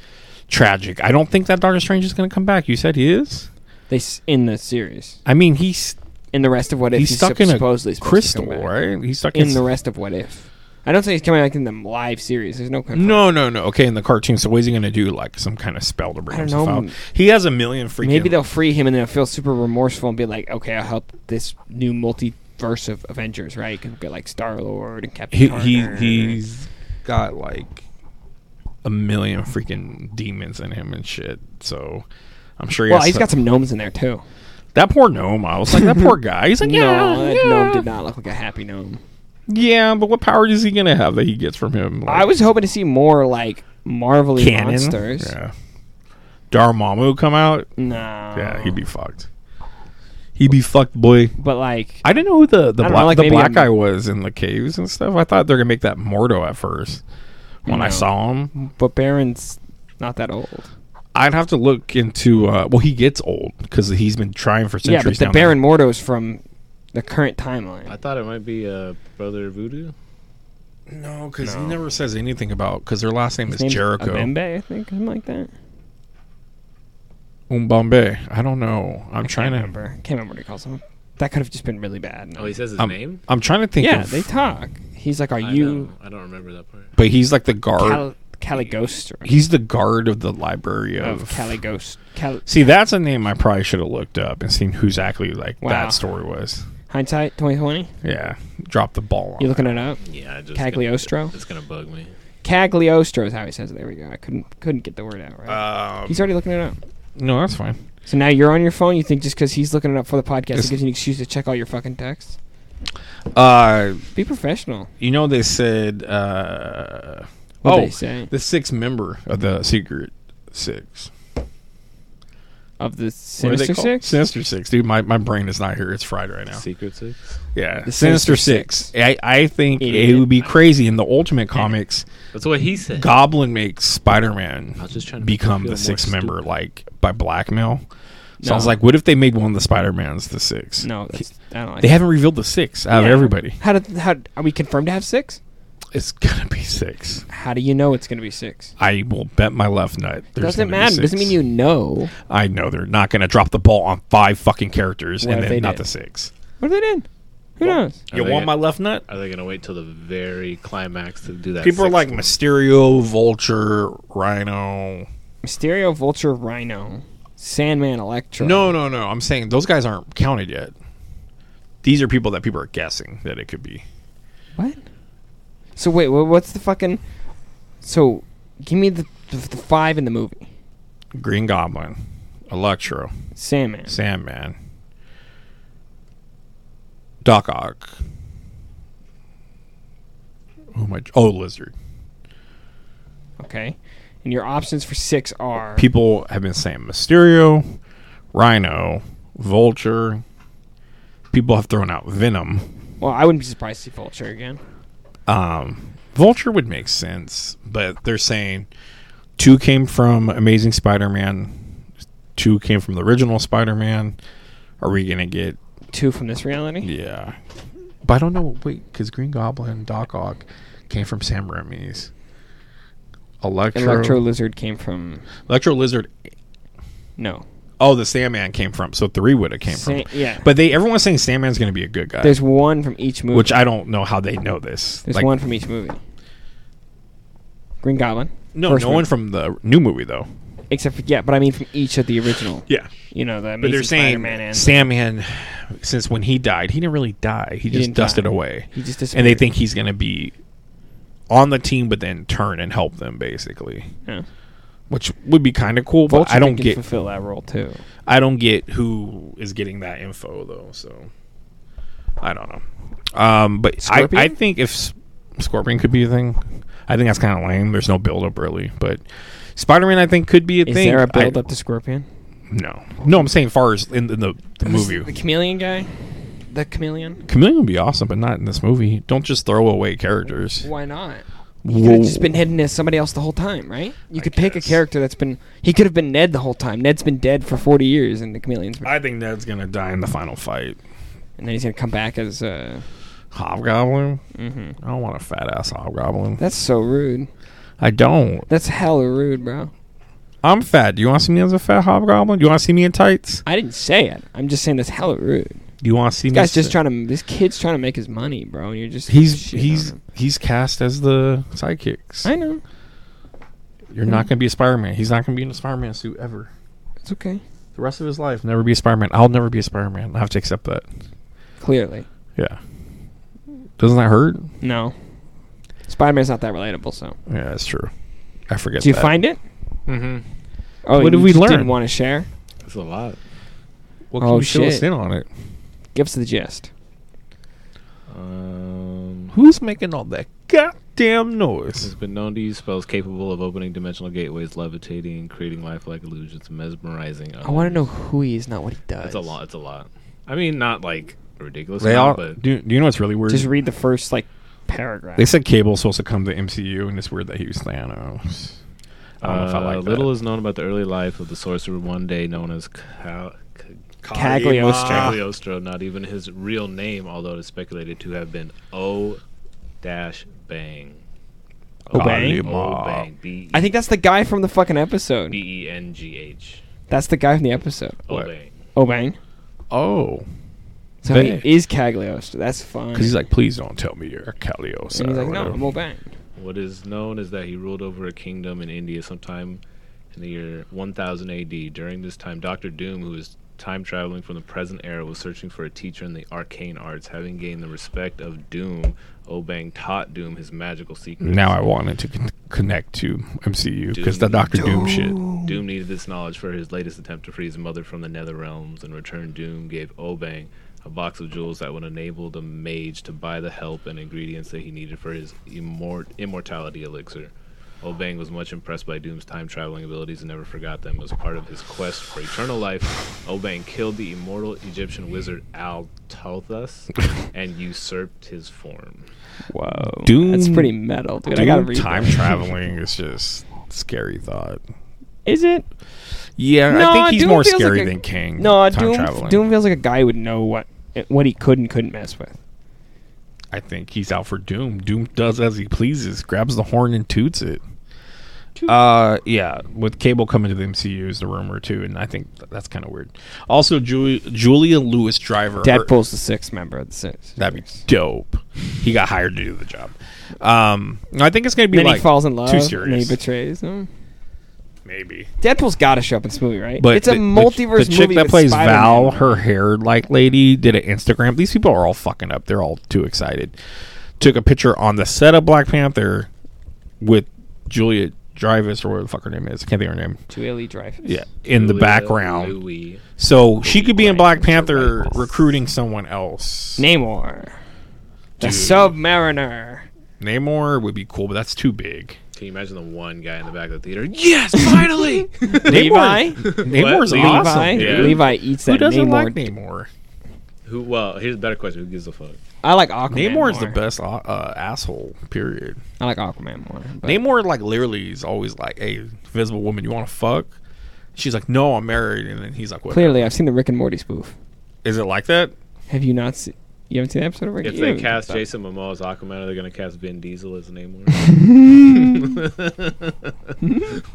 C: tragic. I don't think that Doctor Strange is going to come back. You said he is?
A: They s- in the series,
C: I mean, he's
A: in the rest of what if
C: he's stuck in a
A: supposedly supposed to
C: crystal,
A: come back.
C: right? He's stuck in,
A: In the rest of what if, I don't say he's coming back in the live series. There's no confirm-
C: No, no, no. Okay, in the cartoon. So what is he going to do like some kind of spell to bring
A: I don't
C: himself
A: know.
C: out? He has a million freaking
A: Maybe they'll free him and then he'll feel super remorseful and be like, okay, I'll help this new multiverse of Avengers, right? Can get like Star Lord and Captain.
C: he, he
A: Carter.
C: he's got like a million freaking demons in him and shit. So I'm sure he
A: well,
C: has
A: he's
C: some-
A: got some gnomes in there too.
C: that poor gnome. I was like that poor guy. He's like yeah,
A: no, that
C: yeah.
A: gnome did not look like a happy gnome.
C: Yeah, but what power is he gonna have that he gets from him? Like,
A: I was hoping to see more like Marvel monsters.
C: Yeah. Dormammu come out?
A: No.
C: Yeah, he'd be fucked. He'd be fucked, boy.
A: But like,
C: I didn't know who the the,
A: I don't
C: black,
A: know, like,
C: the
A: maybe
C: black
A: I'm-
C: guy was in the caves and stuff. I thought they're gonna make that Mordo at first. When I
A: No.
C: saw him,
A: but Baron's not that old.
C: I'd have to look into. Uh, well, he gets old because he's been trying for
A: Yeah,
C: centuries.
A: but the
C: down there.
A: Baron Mordo's from the current timeline.
B: I thought it might be uh, Brother Voodoo.
C: No, because he never says anything about because their last name
A: His
C: is
A: name's
C: Jericho.
A: Abembe, I think, something like that.
C: Umbambe. I don't know. I'm trying
A: Can't
C: to.
A: remember. Can't remember what he calls him. That could have just been really bad.
B: Oh, he says his
C: I'm,
B: name.
C: I'm trying to think.
A: yeah,
C: of-
A: they talk. He's like, "Are
B: I
A: you
B: know. I don't remember that part.
C: but he's like the guard.
A: Cal- Caligostro?
C: He's the guard of the library of,
A: of Caligos. Cal-
C: See, that's a name I probably should have looked up and seen who's actually like
A: Wow.
C: that story was.
A: hindsight, twenty twenty.
C: Yeah, drop the ball.
A: You
C: On.
A: looking it up?
B: Yeah, I just
A: Cagliostro?
B: It's gonna bug me.
A: Cagliostro is how he says it. There we go. I couldn't couldn't get the word out right.
C: Um,
A: He's already looking it up.
C: no, that's fine.
A: So now you're on your phone. You think just because he's looking it up for the podcast,
C: It's-
A: it gives you an excuse to check all your fucking texts?
C: Uh,
A: Be professional.
C: you know they said uh,
A: What
C: oh,
A: they say
C: the sixth member of the Secret Six.
A: of the
C: What are they
A: Sinister
C: called?
A: Six.
C: Sinister Six, dude. My, my brain is not here. It's fried right now.
B: Secret Six.
C: Yeah,
A: The
C: Sinister
A: Sinister
C: Six. I, I think it
A: Idiot.
C: would be crazy in the Ultimate Comics.
B: That's what he said.
C: Goblin makes Spider Man
B: I was just trying to make
C: become
B: you feel
C: the
B: more
C: sixth member,
B: stupid.
C: like by blackmail. So I was
A: No.
C: like, what if they made one of the Spider Mans the six?
A: No, that's, I don't like.
C: They haven't revealed the six out
A: Yeah.
C: of everybody.
A: How did how are we confirmed to have six?
C: It's gonna be six.
A: How do you know it's gonna be six?
C: I will bet my left nut. there's
A: Doesn't
C: gonna be
A: matter. Doesn't
C: six.
A: mean you know.
C: I know they're not gonna drop the ball on five fucking characters
A: What
C: and
A: if they
C: then not
A: did?
C: the six.
A: What are they doing? Who knows?
B: Are they gonna-
C: left nut?
A: Uh,
B: Are they going to wait till the very climax to do that?
C: People are
B: sixth
C: like
B: one?
C: Mysterio, Vulture, Rhino.
A: Mysterio, Vulture, Rhino, Sandman, Electro.
C: No, no, no. I'm saying those guys aren't counted yet. These are people that people are guessing that it could be.
A: What? So wait, wha- what's the fucking? So, give me the the, the five in the movie.
C: Green Goblin, Electro,
A: Sandman.
C: Sandman, Doc Ock. Oh my! Oh, Lizard.
A: Okay. And your options for six are
C: People have been saying Mysterio, Rhino, Vulture. People have thrown out Venom.
A: well, I wouldn't be surprised to see Vulture again.
C: Um, Vulture would make sense, but they're saying two came from Amazing Spider-Man, two came from the original Spider-Man. Are we gonna get
A: Two from this reality.
C: Yeah. But I don't know. Wait, because Green Goblin and Doc Ock came from Sam Raimi's. Electro,
A: Electro
C: Electro,
A: Lizard came from
C: Lizard.
A: no.
C: Oh, the Sandman came from. So three would have came
A: Sa-
C: from.
A: yeah.
C: But they everyone's saying Sandman's going to be a good guy,
A: There's one from each movie.
C: which I don't know how they know this.
A: There's
C: Like,
A: one from each movie. Green Goblin.
C: No,
A: First
C: no one from the new movie though.
A: Except for yeah, but I mean from each of the original.
C: Yeah.
A: You know the
C: But
A: Amazing
C: they're saying
A: Spider-Man and
C: Sandman, since when he died, he didn't really die. He, just
A: didn't
C: dusted
A: die.
C: away.
A: He just
C: and they
A: disappeared.
C: think he's going to be on the team, but then turn and help them basically.
A: Yeah.
C: which would be kind of cool,
A: Vulture
C: but I don't
A: can
C: get
A: fulfill that role too.
C: I don't get who is getting that info though. So I don't know. Um, but I, I
A: Scorpion?
C: think if S- Scorpion could be a thing, I think that's kind of lame. There's no build up really, but Spider Man I think could be a
A: Is
C: thing.
A: there a
C: I-
A: build up to Scorpion?
C: no, no. I'm saying far as in, in the, the movie.
A: The chameleon guy? The chameleon?
C: Chameleon would be awesome, but not in this movie. Don't just throw away characters.
A: Why not? He could
C: Whoa.
A: have just been hidden as somebody else the whole time, right? You could pick a
C: guess.
A: character that's been. He could have been Ned the whole time. Ned's been dead for 40 years, and the chameleon's. Been,
C: I think Ned's gonna die in the final fight.
A: and then he's going to come back as. Uh,
C: Hobgoblin.
A: Mm-hmm.
C: I don't want a fat ass hobgoblin.
A: that's so rude.
C: I don't.
A: That's hella rude, bro.
C: I'm fat. Do you want to see me as a fat hobgoblin? Do you want to see me in tights?
A: I didn't say it. I'm just saying that's hella rude.
C: Do you want to see me?
A: This guy's just
C: sit-
A: trying to. This kid's trying to make his money, bro. And you're just.
C: He's
A: shitting on
C: he's
A: him.
C: he's cast as the sidekicks.
A: I know.
C: You're not gonna be a Spider-Man. He's not gonna be in a Spider-Man suit ever.
A: It's okay.
C: The rest of his life, never be a Spider-Man. I'll never be a Spider-Man. I have to accept that.
A: Clearly.
C: Yeah. Doesn't that hurt?
A: No. Spider Man's not that relatable, so.
C: Yeah, that's true. I forget.
A: Did you
C: that.
A: find it?
B: Mhm.
A: Oh,
C: What
A: you
C: did we
A: just
C: learn?
A: Didn't want to share?
B: That's a lot.
C: Well, can
A: Oh,
C: you fill us
A: shit.
C: in on it?
A: Give us the gist.
B: Um,
C: Who's making all that goddamn
B: has
C: noise?
B: been known to use spells capable of opening dimensional gateways, levitating, creating lifelike illusions, mesmerizing.
A: I want to
B: others.
A: know who he is, not what he does.
B: It's a lot. It's a lot. I mean, not like a ridiculous.
C: They all
B: amount,
C: do.
B: but
C: Do you know what's really weird?
A: Just read the first like paragraph.
C: they said Cable's supposed to come to MCU, and it's weird that he was Thanos. I don't know if I
B: uh,
C: like that.
B: little is known about the early life of the sorcerer one day known as Cal- C-
A: Cagliostro.
B: Cagliostro, not even his real name, although it is speculated to have been O dash Bang.
A: Obey?
B: Obang. B E
A: I think that's the guy from the fucking episode.
B: B E N G H.
A: That's the guy from the episode.
C: What?
B: Obang.
A: Obang.
C: Oh,
A: So
C: Bang.
A: he is Cagliostro. That's fine.
C: because he's like, please don't tell me you're Calios.
A: and he's like, no, I'm Obang.
B: What is known is that he ruled over a kingdom in India sometime in the year 1000 AD. During this time, Doctor Doom, who is time traveling from the present era, was searching for a teacher in the arcane arts. Having gained the respect of Doom, Obang taught Doom his magical secrets.
C: Now I wanted to con- connect to MCU because the Doctor Doom shit.
B: Doom needed this knowledge for his latest attempt to free his mother from the nether realms. In return, Doom gave Obang a box of jewels that would enable the mage to buy the help and ingredients that he needed for his immort- immortality elixir. Obang was much impressed by Doom's time traveling abilities and never forgot them. As part of his quest for eternal life, Obang killed the immortal Egyptian wizard Al Tothas and usurped his form.
A: Whoa.
C: Doom-
A: That's pretty metal, dude. I
C: Dude,
A: gotta read.
C: time
A: that.
C: traveling is just scary thought.
A: Is it?
C: Yeah,
A: No,
C: I think he's
A: Doom
C: more
A: feels
C: scary
A: like a-
C: than King.
A: No,
C: time
A: Doom.
C: traveling.
A: Doom feels like a guy would know what what he could and couldn't mess with.
C: I think he's out for Doom. Doom does as he pleases, grabs the horn and toots it. Uh, yeah, with Cable coming to the MCU is the rumor too, and I think th- that's kind of weird. Also, Ju- Julia Lewis Driver,
A: Deadpool's the sixth member of the six.
C: that'd be dope. He got hired to do the job. Um, I think it's gonna be
A: Then
C: like
A: he falls in love.
C: Too
A: And he
C: serious,
A: betrays him.
C: maybe.
A: Deadpool's got to show up in this movie, right?
C: But
A: it's a
C: the- the-
A: multiverse
C: The chick
A: movie
C: that
A: with
C: plays
A: Spider-Man.
C: Val, her hair like lady, did an Instagram. These people are all fucking up. They're all too excited. Took a picture on the set of Black Panther with Julia Drivers or whatever the fuck her name is. I can't think of her name.
A: Julie Dreyfus.
C: Yeah, in the
B: Julia
C: background.
B: Louis.
C: So she could be in Black
B: Dreyfus or
C: Panther
B: Dreyfus.
C: recruiting someone else.
A: Namor. The
C: Dude.
A: Submariner.
C: Namor would be cool, but that's too big.
B: Can you imagine the one guy in the back of the theater? Yes, finally!
A: Levi.
C: Namor's
B: Levi?
C: awesome.
A: Levi.
B: dude.
A: Levi eats
C: Who
A: that
C: doesn't
A: Namor.
C: like Namor?
B: Who? Well, here's a better question. Who gives a fuck?
A: I like Aquaman.
C: Namor's the
A: more.
C: best uh, uh, asshole. Period.
A: I like Aquaman more. but-
C: Namor like literally is always like, "Hey, Invisible Woman, you want to fuck?" She's like, "No, I'm married," and then he's like, "What?
A: Clearly, I've seen the Rick and Morty spoof.
C: Is it like that?"
A: Have you not seen? You haven't seen the episode of Rick?
B: If
A: You
B: they
A: haven't-
B: cast Jason Momoa as Aquaman, are they going to cast Vin Diesel as Namor?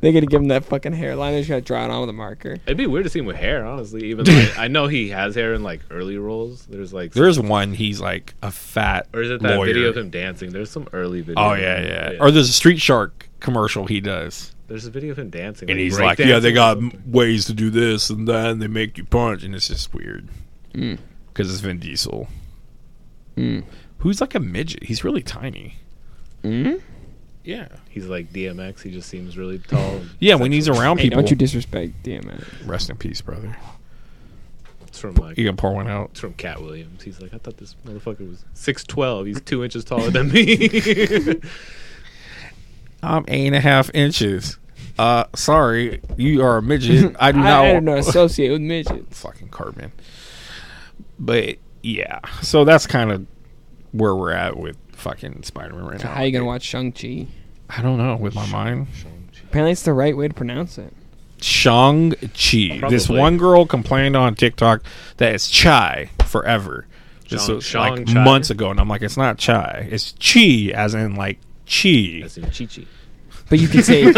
A: They're gonna give him that fucking hairline. They're just gonna draw it on with a marker.
B: It'd be weird to see him with hair, honestly. Even though I, I know he has hair in like early roles. There's like,
C: There's one. He's like a fat
B: or is it that
C: lawyer.
B: video of him dancing? There's some early video.
C: Oh
B: of
C: yeah,
B: him-
C: yeah, Or there's a Street Shark commercial he does,
B: there's a video of him dancing,
C: and
B: like,
C: he's
B: break
C: like, "Yeah,
B: dancing
C: they
B: or
C: got
B: something.
C: ways to do this and that, and they make you punch," and it's just weird
A: Hmm.
C: because it's Vin Diesel,
A: Mm.
C: who's like a midget. He's really tiny.
A: Mm?
C: Yeah,
B: He's like DMX. He just seems really tall. and
C: yeah. When he's
B: sexual.
C: around
A: Hey,
C: people,
A: don't you disrespect DMX?
C: rest in peace, brother.
B: It's from like
C: You gonna pour one out?
B: it's from Cat Williams. He's like, I thought this motherfucker was six twelve. He's two inches taller than me.
C: I'm eight and a half inches. Uh, sorry, you are a midget. I do not.
A: I, I don't know. Associate with midgets.
C: Fucking Cartman. But yeah, so that's kind of where we're at with fucking Spider-Man right now.
A: How you gonna watch Shang Chi?
C: I don't know with my mind.
A: Apparently, it's the right way to pronounce it.
C: Shang Chi. This
B: Probably.
C: one girl complained on TikTok that it's chai forever. This
B: Shang-
C: was
B: Shang
C: like
B: Chai.
C: months ago, and I'm like, it's not chai. It's chi, as in like chi.
B: That's in Chi Chi.
A: But you could say.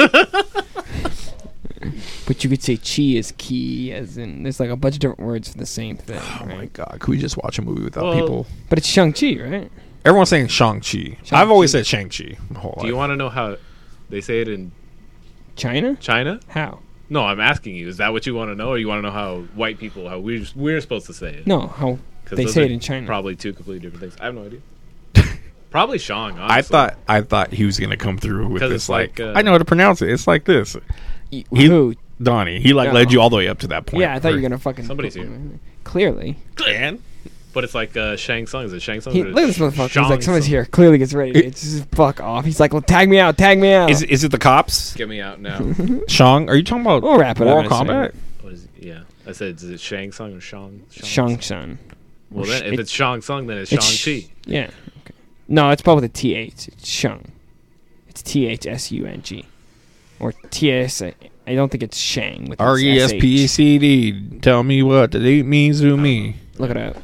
A: but you could say chi is key, as in there's like a bunch of different words for the same thing.
C: Oh
A: right?
C: my god! Could we just watch a movie without
B: Well,
C: people?
A: But it's Shang Chi, right?
C: Everyone's saying Shang Chi. I've always
A: Shang-Chi.
C: said Shang Chi. my whole
B: Do you
C: life.
B: want to know how they say it in
A: China?
B: China?
A: How?
B: No, I'm asking you. Is that what you want to know, or you want to know how white people how we we're supposed to say it?
A: No, how
B: 'Cause
A: they
B: those
A: say
B: are
A: it in China.
B: Probably two completely different things. I have no idea. probably Shang. Honestly.
C: I thought I thought he was gonna come through with
B: 'Cause
C: this
B: it's
C: like,
B: like, uh,
C: I know how to pronounce it. It's like this,
A: Y-
C: He-
A: who?
C: Donnie. He like
A: No.
C: led you all the way up to that point.
A: Yeah, I thought you were gonna fucking.
B: Somebody's here.
A: Clearly,
C: Dan.
B: But it's like uh, Shang Tsung. Is it Shang Tsung?
A: he,
B: or
A: look at this motherfucker. He's like,
B: Shang
A: someone's
B: Tsung?
A: here. Clearly, gets ready. to It's just fuck off. He's like, well, tag me out, tag me out.
C: Is it- is it the cops?
B: Get me out now.
C: Shang? Are you talking about
A: We'll wrap it up in
C: Mortal
A: a second.
C: Kombat?
B: what is, yeah, I said, is it Shang Tsung or Shang?
A: Shang Tsung?
B: Well, then, if
A: It-
B: it's Shang Tsung, then it's
A: It's
B: Shang Chi.
A: Yeah. Okay. No, it's spelled with a T H. It's Shung. It's T H S U N G, or T S. I don't think it's Shang. With
C: R E S P
A: S
C: E
A: H.
C: C D. Tell me what it means to me.
A: Look it up.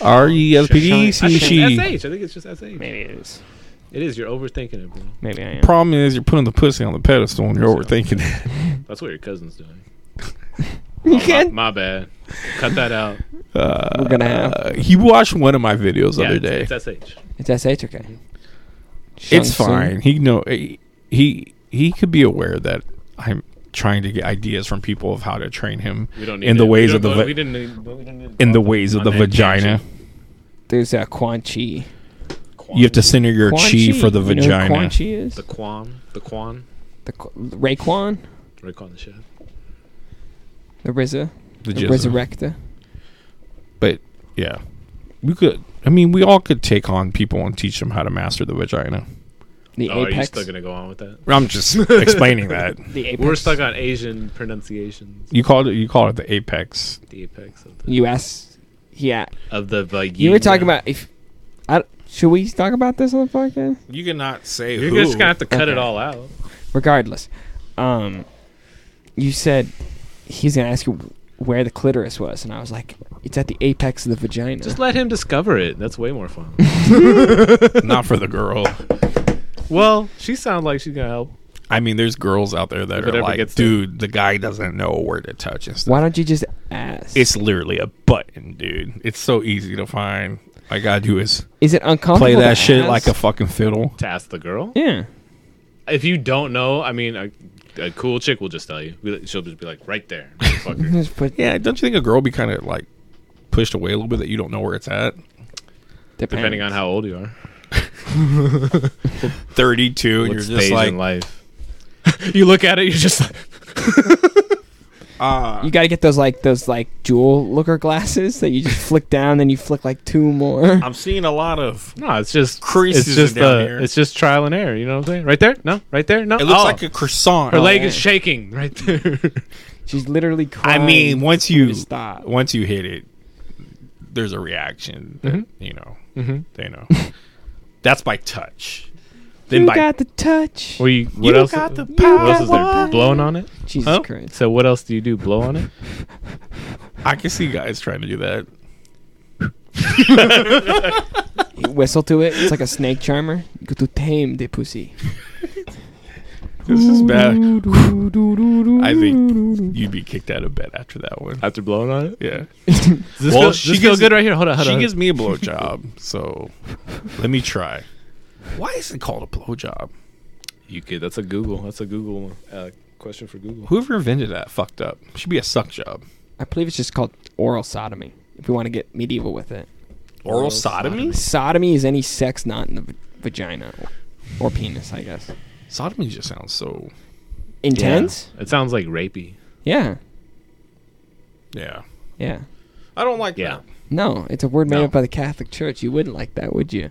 C: R E S P E
B: I
C: C
B: think
C: D.
B: it's SH. I think it's just SH.
A: Maybe it is.
B: It is. You're overthinking it, bro.
A: Maybe I am.
C: Problem is, you're putting the pussy on the pedestal and you're overthinking it.
B: That's what your cousin's doing. Oh,
A: you
B: My,
A: can't.
B: my bad. Cut that out.
A: We're gonna have
C: Uh, he watched one of my videos the
B: Yeah,
C: other
B: it's,
C: day.
B: it's SH.
A: it's S H. Okay.
C: It's
A: Shang Tsung.
C: fine. He know he he could be aware that I'm trying to get ideas from people of how to train him
B: We don't need
C: in the
B: to-
C: ways
B: we
C: of the
B: don't go- we
C: va-
B: didn't need, we didn't need to
C: in the
B: go off
C: ways of
B: on
C: the
B: that
C: vagina.
B: tangent.
A: There's a Quan Chi.
C: You have to center your
A: Quan
C: chi for the
A: You know who Quan
C: vagina.
A: Chi is
B: The Quan. The Quan.
A: the Qu- Raekwon,
B: We're calling the shit.
A: the RZA,
C: The
A: the
C: jism.
A: Resurrecta.
C: But yeah, we could. I mean, we all could take on people and teach them how to master the vagina.
A: The
B: Oh, are you
A: apex.
B: still gonna go on with that?
C: I'm just explaining that.
A: the apex.
B: We're stuck on Asian pronunciations.
C: You called it. You called it the apex.
B: The apex of the
A: U.S. Yeah,
B: of the Vagina.
A: you were talking about if. I, should we talk about this on the podcast?
C: You cannot say
B: You're just gonna have to cut it
A: Okay.
B: all out.
A: regardless, um, you said he's gonna ask you where the clitoris was, and I was like, it's at the apex of the vagina.
B: Just let him discover it. That's way more fun.
C: Not for the girl.
B: well, she sounds like she's gonna help.
C: I mean, there's girls out there that
B: If it
C: are
B: ever
C: like,
B: gets there.
C: dude, the guy doesn't know where to touch and stuff.
A: Why don't you just ask?
C: It's literally a button, dude. It's so easy to find. All I gotta do is
A: Is it uncomfortable?
C: play
A: to
C: that shit
A: ask?
C: like a fucking fiddle.
B: To ask the girl.
A: yeah.
B: If you don't know, I mean, a, a cool chick will just tell you. Be like- She'll just be like, right there, motherfucker.
A: Just put
C: Yeah, don't you think a girl be kind of like pushed away a little bit that you don't know where it's at?
B: Depending on how old you are,
C: 32, and
B: what
C: you're
B: stage
C: just like,
B: in life. you look at it, you're just like,
C: ah,
A: You gotta get those like those like jewel looker glasses that you just flick down, then you flick like two more.
C: I'm seeing a lot of.
B: no, it's just
C: Creases
B: It's just
C: are down
B: uh,
C: here.
B: it's just trial and error. You know what I'm saying? Right there, no, right there, no.
C: It looks
B: Oh,
C: like a Oh. croissant.
B: her leg
A: yeah.
B: is shaking right there.
A: She's literally crying.
C: I mean, once you
A: stop.
C: once you hit it, there's a reaction. That,
A: Mm-hmm.
C: You know, they know. That's by touch. Then
A: you
C: by
A: got the touch.
B: Were you? What else? what else is there? Blowing on it.
A: Jesus
C: Huh?
A: Christ.
B: So what else do you do? Blow on it?
C: I can see guys trying to do that.
A: You whistle to it. It's like a snake charmer. You got to tame the pussy.
C: This is bad. I think you'd be kicked out of bed after that one.
B: After blowing on it?
C: Yeah.
B: Does this
C: Well,
B: feel-
C: she
B: this feel
C: gives-
B: good right here. Hold on, hold
C: She
B: on.
C: gives me a blowjob, so let me try. Why is it called a blowjob?
B: you kid, that's a Google. That's a Google uh, question for Google.
C: Whoever invented that fucked up. Should be a suck job.
A: I believe it's just called oral sodomy. If we want to get medieval with it,
C: Oral sodomy?
A: sodomy is any sex not in the v- vagina or penis, I guess.
C: Sodomy just sounds so.
A: Intense?
B: It sounds like rapey.
A: Yeah,
C: Yeah.
A: yeah.
C: I don't like
B: Yeah.
A: No, it's a word made
C: No.
A: up by the Catholic Church. You wouldn't like that, would you?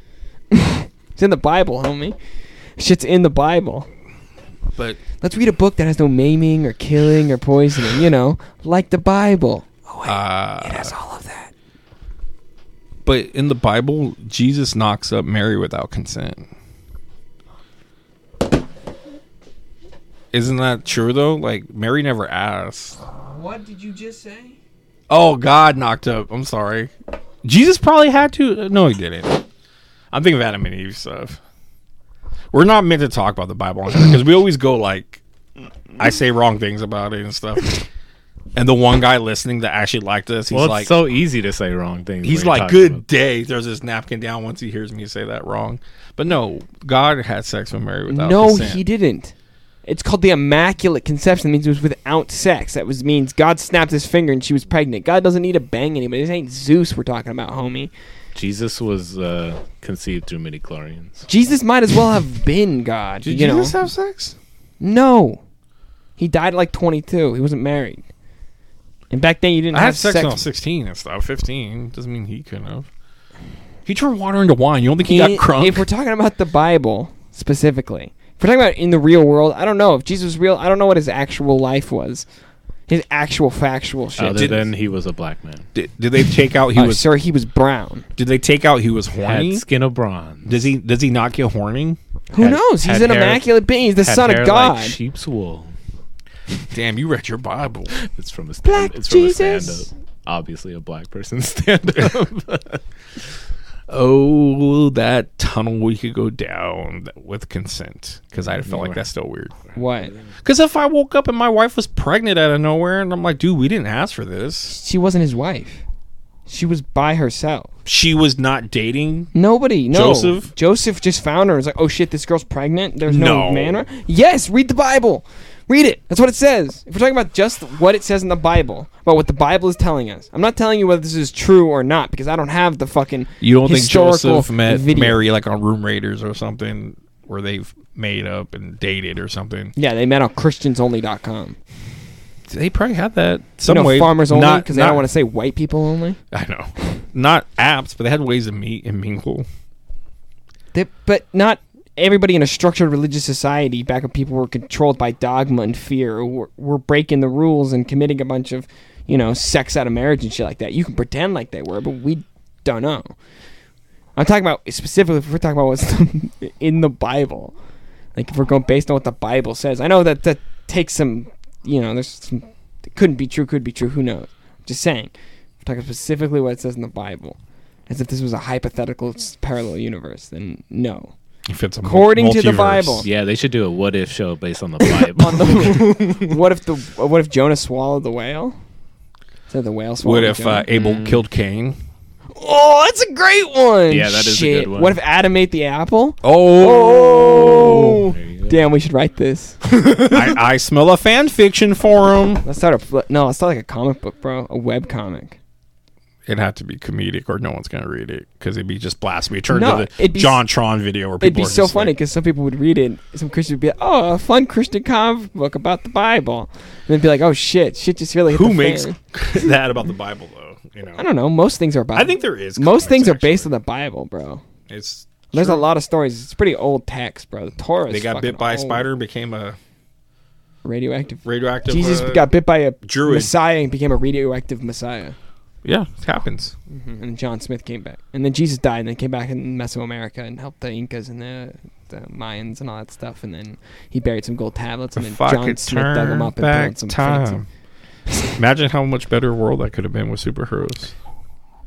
A: it's in the Bible, homie. Shit's in the Bible.
C: that. But
A: Let's read a book that has no maiming or killing or poisoning. You know, like the Bible. Oh, wait, it
C: uh,
A: has all of that.
C: but in the Bible, Jesus knocks up Mary without consent. Isn't that true though? Like Mary never asked.
A: What did you just say?
C: Oh, God knocked up. I'm sorry. Jesus probably had to. No, he didn't. I'm thinking of Adam and Eve stuff. We're not meant to talk about the Bible because we always go like, I say wrong things about it and stuff. And the one guy listening that actually liked us, he's
B: Well, it's
C: like,
B: so easy to say wrong things.
C: he's
B: when you're
C: like,
B: talking
C: good
B: about-
C: day. There's this napkin down once he hears me say that wrong. But no, God had sex with Mary without
A: No,
C: consent.
A: he didn't. It's called the Immaculate Conception. That means it was without sex. That was means God snapped his finger and she was pregnant. God doesn't need to bang anybody. This ain't Zeus we're talking about, homie.
B: Jesus was uh, conceived through midi chlorians.
A: Jesus might as well have been God.
C: Did
A: you know?
C: Jesus have sex?
A: no, he died at like 22. He wasn't married. And back then you didn't
C: I
A: have
C: had sex, when I was 16 and stuff. 15 doesn't mean he couldn't have. He turned water into wine. You don't think he got
A: And
C: crunk?
A: If we're talking about the Bible specifically, if we're talking about in the real world, I don't know if Jesus was real. I don't know what his actual life was, his actual factual shit.
B: Other
C: did-
B: than he was a black man.
C: did, did they take out he
A: Uh,
C: was?
A: sir, he was brown.
C: Did they take out he was
B: Had
C: horny?
B: skin of bronze.
C: Does he does he not get horny?
A: Who
B: Had-
A: knows? He's
B: had
A: an
B: hair-
A: immaculate being. He's the
B: Had
A: son
B: hair
A: of God.
B: Like sheep's wool.
C: Damn, you read your Bible.
B: It's from a stand.
A: Black
B: It's from a
A: Jesus.
B: stand up. Obviously, a black person stand up.
C: oh, that tunnel we could go down with consent because I felt like that's still weird.
A: What?
C: Because if I woke up and my wife was pregnant out of nowhere and I'm like, dude, we didn't ask for this.
A: She wasn't his wife. She was by herself.
C: She was not dating.
A: Nobody. No.
C: Joseph?
A: Joseph just found her. and was like, oh shit, this girl's pregnant. There's no,
C: No.
A: manner. Yes, read the Bible. Read it. That's what it says. If we're talking about just what it says in the Bible, about what the Bible is telling us, I'm not telling you whether this is true or not because I don't have the fucking.
C: You don't think
A: historical
C: Joseph met
A: video.
C: Mary like on Room Raiders or something where they've made up and dated or something?
A: Yeah, they met on ChristiansOnly.com.
C: They probably had that
A: You
C: some
A: know,
C: way.
A: farmers only
C: Not-
A: because they don't
C: not-
A: want to say white people only.
C: I know, not apps, but they had ways to meet and mingle.
A: They, but not everybody in a structured religious society back when people were controlled by dogma and fear were, were breaking the rules and committing a bunch of you know sex out of marriage and shit like that you can pretend like they were but we don't know i'm talking about specifically if we're talking about what's in the bible like if we're going based on what the bible says i know that that takes some you know there's some it couldn't be true could be true who knows just saying we're talking specifically what it says in the bible as if this was a hypothetical s- parallel universe then no
C: If it's a mul-
A: According to the
C: multiverse.
A: Bible.
B: Yeah, they should do a what if show based on the Bible.
A: what if the what if Jonah swallowed the whale? Said the whale swallowed.
C: What if
A: Jonah?
C: uh, Abel killed Cain?
A: oh, that's a great one.
B: Yeah, that is a
A: Shit.
B: good one.
A: What if Adam ate the apple?
C: Oh,
A: Oh, damn! We should write this.
C: I, I smell a fan fiction forum.
A: Let's start a fl- no. Let's start like a comic book, bro. A web comic.
C: It'd have to be comedic, or no one's gonna read it because it'd be just blasphemy. Turn
A: No,
C: to the
A: it'd be s-
C: John Tron video, where people
A: It'd be
C: are
A: so
C: just
A: funny
C: like-
A: because some people would read it. Some Christians would be like, "Oh, a fun Christian comic book about the Bible," and they'd be like, "Oh shit, shit just really." hit
C: who
A: the
C: makes
A: fan."
C: that about the Bible though? You know,
A: I don't know. Most things are about.
C: I think there is
A: Most
C: comics,
A: things are
C: actually.
A: based on the Bible, bro.
C: It's
A: There's a lot of stories. It's pretty old text, bro. The Torah.
C: they
A: is
C: got
A: fucking
C: bit by a
A: old.
C: spider, became a
A: Radioactive.
C: radioactive.
A: Jesus
C: uh,
A: got bit by a
C: druid.
A: Messiah and became a radioactive Messiah.
C: Yeah, it happens.
A: And then John Smith came back, and then Jesus died, and then came back in Mesoamerica and helped the Incas and the, the Mayans and all that stuff. And then he buried some gold tablets, and then John
C: Fuck
A: Smith dug them
C: turn
A: up and
C: back
A: built some
C: time. Imagine how much better world that could have been with superheroes.
A: Fancy.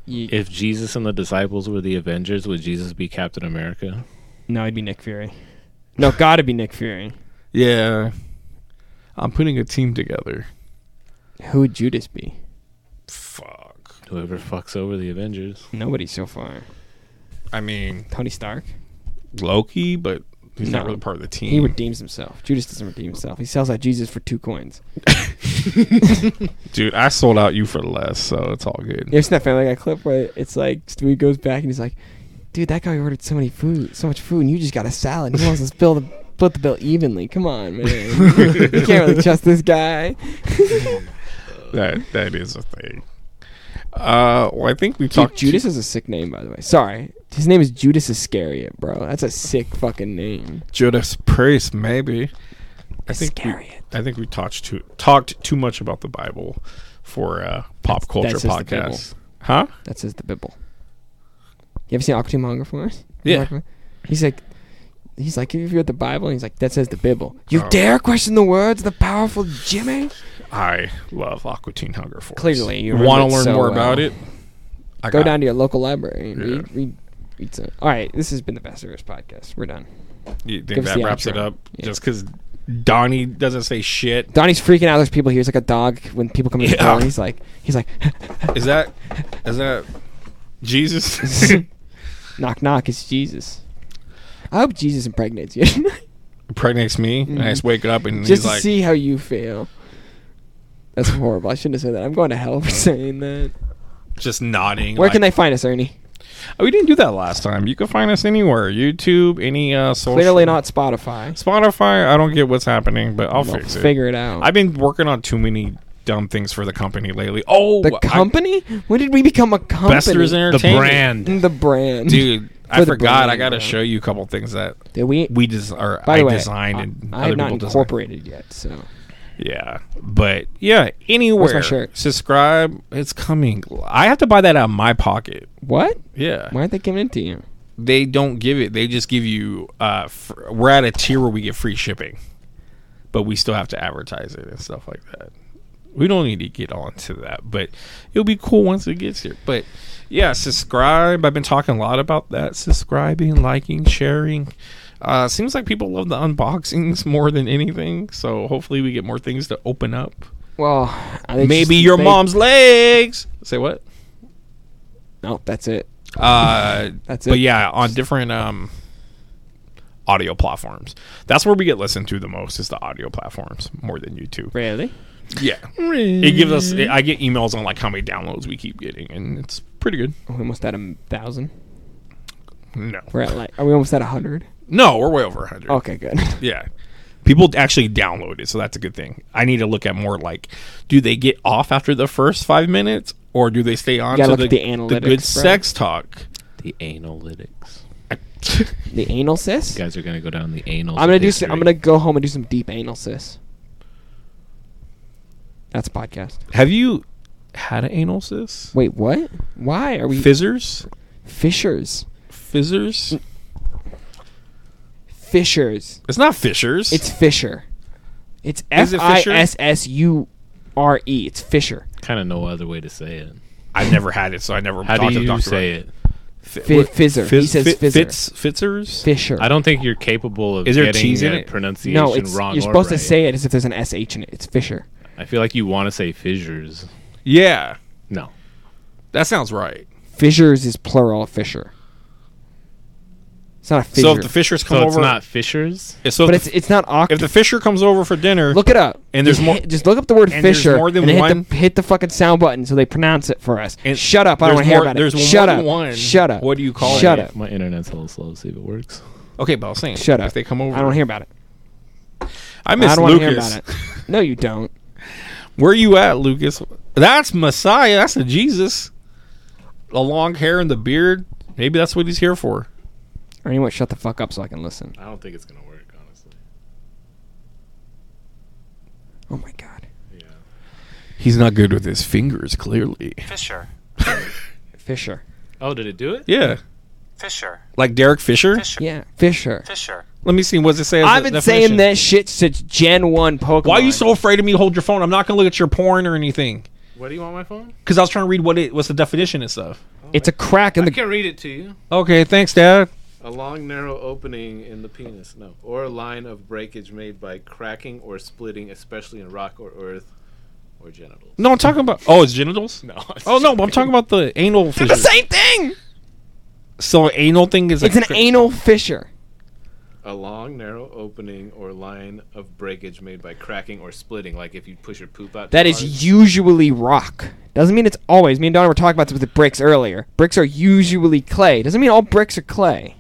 A: Ye-
B: if Jesus and the disciples were the Avengers, would Jesus be Captain America?
A: no, it'd be Nick Fury. No, gotta be Nick Fury.
C: Yeah, I'm putting a team together.
A: Who would Judas be?
C: Fuck.
B: Whoever fucks over the Avengers.
A: Nobody so far.
C: I mean
A: Tony Stark.
C: Loki, but he's not
A: No.
C: really part of the team.
A: He redeems himself. Judas doesn't redeem himself. He sells out Jesus for two coins.
C: Dude, I sold out you for less, so it's all good.
A: You ever seen that Family Guy clip where it's like Stewie goes back and he's like, "Dude, that guy ordered so many food, so much food, and you just got a salad. He wants to spill the split the bill evenly. Come on, man. you can't really trust this guy."
C: That that is a thing. Uh, well, I think we
A: Dude,
C: talked.
A: Judas is a sick name, by the way. Sorry, his name is Judas Iscariot, bro. That's a sick fucking name.
C: Judas Priest, maybe. I think we,
A: Iscariot.
C: I think we talked too talked too much about the Bible for a pop culture
A: that's just the Bible.
C: podcast, huh?
A: That says the Bible. You ever seen Octave Hunger for us?
C: Yeah.
A: He's like, he's like, if you read the Bible, and he's like, that says the Bible. You
C: Oh.
A: dare question the words of the powerful Jimmy?
C: I love Aqua Teen Hunger Force.
A: Clearly, you remember
C: want to
A: it
C: learn
A: so
C: more
A: well.
C: about it. I
A: Go
C: got-
A: down to your local library and
C: Yeah.
A: read, read, read some. All right, this has been the Best Service Podcast. We're done.
C: You think
A: give us
C: that
A: the
C: wraps it
A: outro.
C: up?
A: Yeah.
C: Just because Donnie doesn't say shit.
A: Donnie's freaking out. There's people here. He's like a dog when people come in the
C: Yeah.
A: door. He's like, he's like,
C: Is that is that Jesus?
A: knock knock. It's Jesus. I hope Jesus impregnates you
C: impregnates me, and I just wake up and
A: Mm-hmm. just
C: he's
A: to
C: like,
A: see how you feel. That's horrible. I shouldn't have said that. I'm going to hell for saying that.
C: just nodding.
A: Where can
C: like,
A: they find us, Ernie?
C: Oh, we didn't do that last time. You can find us anywhere: YouTube, any uh, social.
A: Clearly not Spotify.
C: Spotify. I don't get what's happening, but I'll
A: We'll
C: fix it.
A: figure it out.
C: I've been working on too many dumb things for the company lately. Oh,
A: the
C: I-
A: company? when did we become a company?
C: Besters
B: The
C: Entertainment,
B: brand.
A: the brand,
C: dude. I
A: For the
C: forgot. I
A: brand,
C: gotta
A: bro.
C: show you a couple things that
A: Did we?
C: we des- or
A: By
C: I
A: the way,
C: designed
A: I-
C: and
A: I
C: other
A: have not
C: people designed.
A: incorporated yet, so.
C: Yeah, but yeah, anywhere.
A: shirt?
C: Subscribe. It's coming. I have to buy that out of my pocket.
A: What?
C: Yeah,
A: Why aren't they giving it to you?
C: they don't give it. They just give you. Uh, fr- we're at a tier where we get free shipping, but we still have to advertise it and stuff like that. We don't need to get onto that, but it'll be cool once it gets here. But yeah, subscribe. I've been talking a lot about that. Subscribing, liking, sharing. Uh, seems like people love the unboxings more than anything. So hopefully we get more things to open up.
A: Well, I think
C: Maybe
A: just-
C: your
A: they-
C: mom's legs. Say what?
A: No, that's it.
C: Uh,
A: That's
C: But
A: it.
C: yeah, on different um, audio platforms. That's where we get listened to the most is the audio platforms more than YouTube.
A: Really?
C: Yeah, it gives us. It, I get emails on like how many downloads we keep getting, and it's pretty good.
A: Oh, We almost at a thousand.
C: No,
A: We're at like, are we almost at a hundred?
C: no, we're way over hundred.
A: Okay, good.
C: Yeah. People actually download it, so that's a good thing. I need to look at more like, do they get off after the first five minutes, or do they stay on
A: gotta
C: to
A: look
C: the,
A: at the
C: the good
A: analytics, bro.
C: sex talk?
B: The analytics.
A: The anal cyst.
B: You guys are gonna go down the anal.
A: I'm gonna do.
B: history.
A: Some, I'm gonna go home and do some deep anal cysts. That's a podcast.
C: Have you had an anal cyst?
A: Wait, what? Why are we
C: Fizzers?
A: fishers?
C: Fizzers?
A: Fishers.
C: It's not fissures.
A: It's Fisher. It's F
C: Is it
A: I
C: Fisher?
A: S S U R E. It's Fisher.
B: Kind of no other way to say it.
C: I've never had it, so I never.
B: How
C: talked
B: do
C: to the
B: you
C: doctor
B: say
C: about
B: it?
A: Fi-
C: What-
A: fizzer. he
C: Fizz-
A: says
C: fi-
A: fizzer.
C: Fitz, fitzers.
A: Fisher.
B: I don't think you're capable of
C: Is there
B: getting
C: cheese in
B: that
C: it?
B: pronunciation
A: No, it's
B: wrong.
A: you're
B: or
A: supposed
B: right.
A: to say it as if there's an S H in it. It's Fisher.
B: I feel like you want to say fissures.
C: Yeah,
B: No,
C: that sounds right.
A: Fissures is plural of Fisher. It's not a fissure.
C: So if the fishers come
B: so it's
C: over,
B: not fissures.
C: if- so
A: but
C: if,
A: it's
C: the-
A: it's not awkward.
C: if the fisher comes over for dinner,
A: Look it up.
C: And there's
A: Just
C: more-
A: hit- just look up the word
C: and there's
A: Fisher
C: more than
A: and then
C: one?
A: hit the hit the fucking sound button so they pronounce it for us.
C: And
A: Shut up! I don't
C: there's
A: want to hear
C: more-
A: about
C: there's
A: it. Shut
C: more
A: up!
C: than one.
A: Shut up!
C: What do you call
A: Shut
C: it?
A: up!
B: My internet's a little slow. See if it works.
C: okay, but I was saying,
A: Shut up!
C: If they come over,
A: I don't hear about it.
C: I
A: I
C: miss
A: don't want to hear
C: Lucas.
A: about it. No, you don't.
C: Where you at, Lucas? That's Messiah. That's the Jesus. The long hair and the beard. Maybe that's what he's here for.
A: Or anyone, shut the fuck up so I can listen.
B: I don't think it's gonna work, honestly.
A: Oh my god,
B: Yeah.
C: He's not good with his fingers, clearly.
F: Fisher,
A: Fisher.
B: Oh, did it do it?
C: Yeah,
F: Fisher,
C: like Derek Fisher.
F: Fisher,
A: Yeah, Fisher.
F: Fisher.
C: Let me see. What's it say? as
A: I've
C: a
A: been
C: definition?
A: saying that shit since Gen One Pokemon.
C: Why are you so afraid of me? Hold your phone. I'm not gonna look at your porn or anything.
B: What do you want my phone?
C: Because I was trying to read what it what's the definition and stuff.
A: It's a crack in
B: I
A: the.
B: can read it to you.
C: Okay, thanks, Dad.
B: A long, narrow opening in the penis, no, or a line of breakage made by cracking or splitting, especially in rock or earth or genitals.
C: No, I'm talking about. Oh, it's genitals.
B: No.
C: Oh no, I'm talking about the anal
A: The
C: fissure.
A: same thing.
C: So an anal thing is.
A: It's an anal fissure.
B: A long, narrow opening or line of breakage made by cracking or splitting, like if you push your poop out.
A: That
B: too
A: is
B: hard.
A: usually rock. Doesn't mean it's always. Me and Don were talking about this with the bricks earlier. Bricks are usually clay. Doesn't mean all bricks are clay.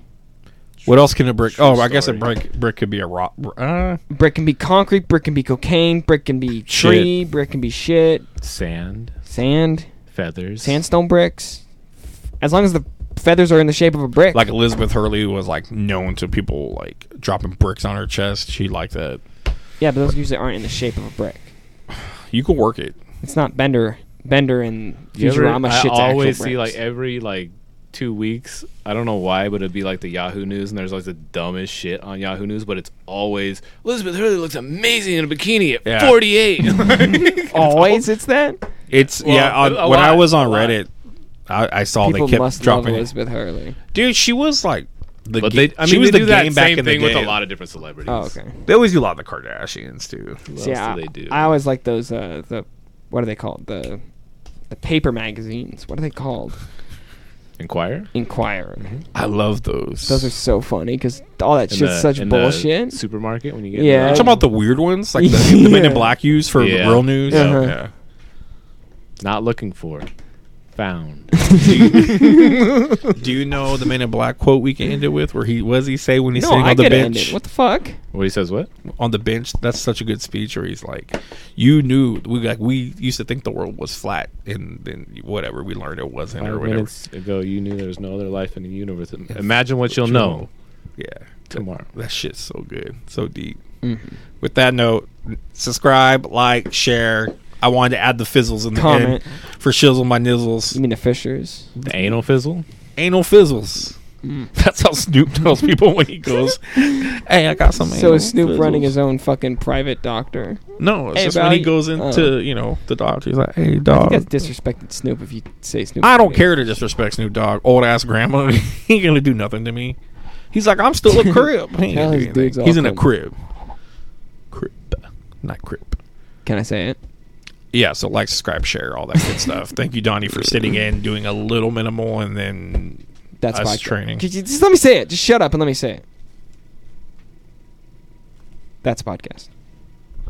C: What else can a brick? Oh, I guess a
B: story.
C: brick. Brick could be a rock. Uh,
A: Brick can be concrete. Brick can be cocaine. Brick can be tree. Brick can be shit.
B: sand,
A: Sand.
B: feathers,
A: Sandstone bricks. As long as the feathers are in the shape of a brick.
C: like Elizabeth Hurley was like known to people like dropping bricks on her chest. She liked that.
A: yeah, but those usually aren't in the shape of a brick.
C: You could work it.
A: It's not Bender. Bender and
B: You ever-
A: Futurama
B: I
A: shit's
B: always
A: actual
B: see
A: bricks.
B: like every like two weeks. I don't know why, but it'd be like the Yahoo News, and there's always the dumbest shit on Yahoo News. But it's always Elizabeth Hurley looks amazing in a bikini at
C: Yeah.
B: 48.
A: always it's that
C: It's
B: Well,
C: yeah. On,
B: a- a
C: when I
B: lot,
C: was on
B: a lot.
C: Reddit, I, I saw
B: Oh,
A: people
C: they kept
A: must love
C: dropping. it.
A: Elizabeth Hurley.
C: Dude, she was like the.
B: but
C: ga-
B: they, I mean,
C: she was
B: they
C: the
B: do that
C: game back
B: same
C: in the
B: thing with a
C: day.
B: lot of different celebrities.
A: Oh, okay.
C: They always do a lot of the Kardashians too.
B: What
A: See,
B: else
A: I,
B: do they do?
A: I always like those uh the what are they called the the paper magazines. What are they called?
B: Inquire.
A: Inquirer.
C: I love those.
A: Those are so funny because all that
B: Mm-hmm. In
A: shit's
B: the-
A: such
B: in the
A: bullshit.
B: supermarket when you get
A: Yeah.
B: there.
C: You talking about the weird ones, like the, the Men in Black use for
B: Yeah.
C: real news.
A: Uh-huh.
C: Yeah.
B: not looking for, found.
C: Do you know the Men in Black quote we can end it with, where he was he say when he's
A: no,
C: sitting
A: I
C: on the
A: could end it.
C: bench?
A: What the fuck?
B: what he says? What?
C: On the bench, that's such a good speech where he's like, "You knew we like we used to think the world was flat, and then whatever we learned it wasn't, or
B: Five
C: whatever."
B: minutes ago, you knew there was no other life in the universe. Imagine what you'll know
C: Yeah,
B: tomorrow.
C: that shit's so good, so deep.
A: Mm-hmm.
C: With that note, subscribe, like, share. I wanted to add the fizzles in the
A: Comment.
C: end for shizzle my nizzles.
A: You mean the Fishers?
B: The anal fizzle.
C: anal fizzles.
A: Mm.
C: That's how Snoop tells people when he goes, "Hey, I got some."
A: So
C: anal
A: is Snoop
C: fizzles."
A: running his own fucking private doctor?
C: No, it's
A: Hey,
C: just
A: bro,
C: when he
A: you-
C: goes into
A: oh.
C: you know the doctor. He's like, "Hey,
A: I
C: dog."
A: think that's disrespected Snoop if you say Snoop.
C: I don't care to disrespect Snoop Dogg, old ass grandma. he ain't gonna do nothing to me. He's like, I'm still a crib. He ain't
A: Tell
C: gonna do
A: his
C: anything.
A: dudes all
C: He's in a
A: come.
C: crib. Crib, not crib.
A: Can I say it?
C: Yeah, so like, subscribe, share, all that good stuff. Thank you, Donnie, for sitting in, doing a little minimal, and then
A: That's
C: Us
A: why.
C: training.
A: Could you- Just let me say it. Just shut up and let me say it. That's a podcast.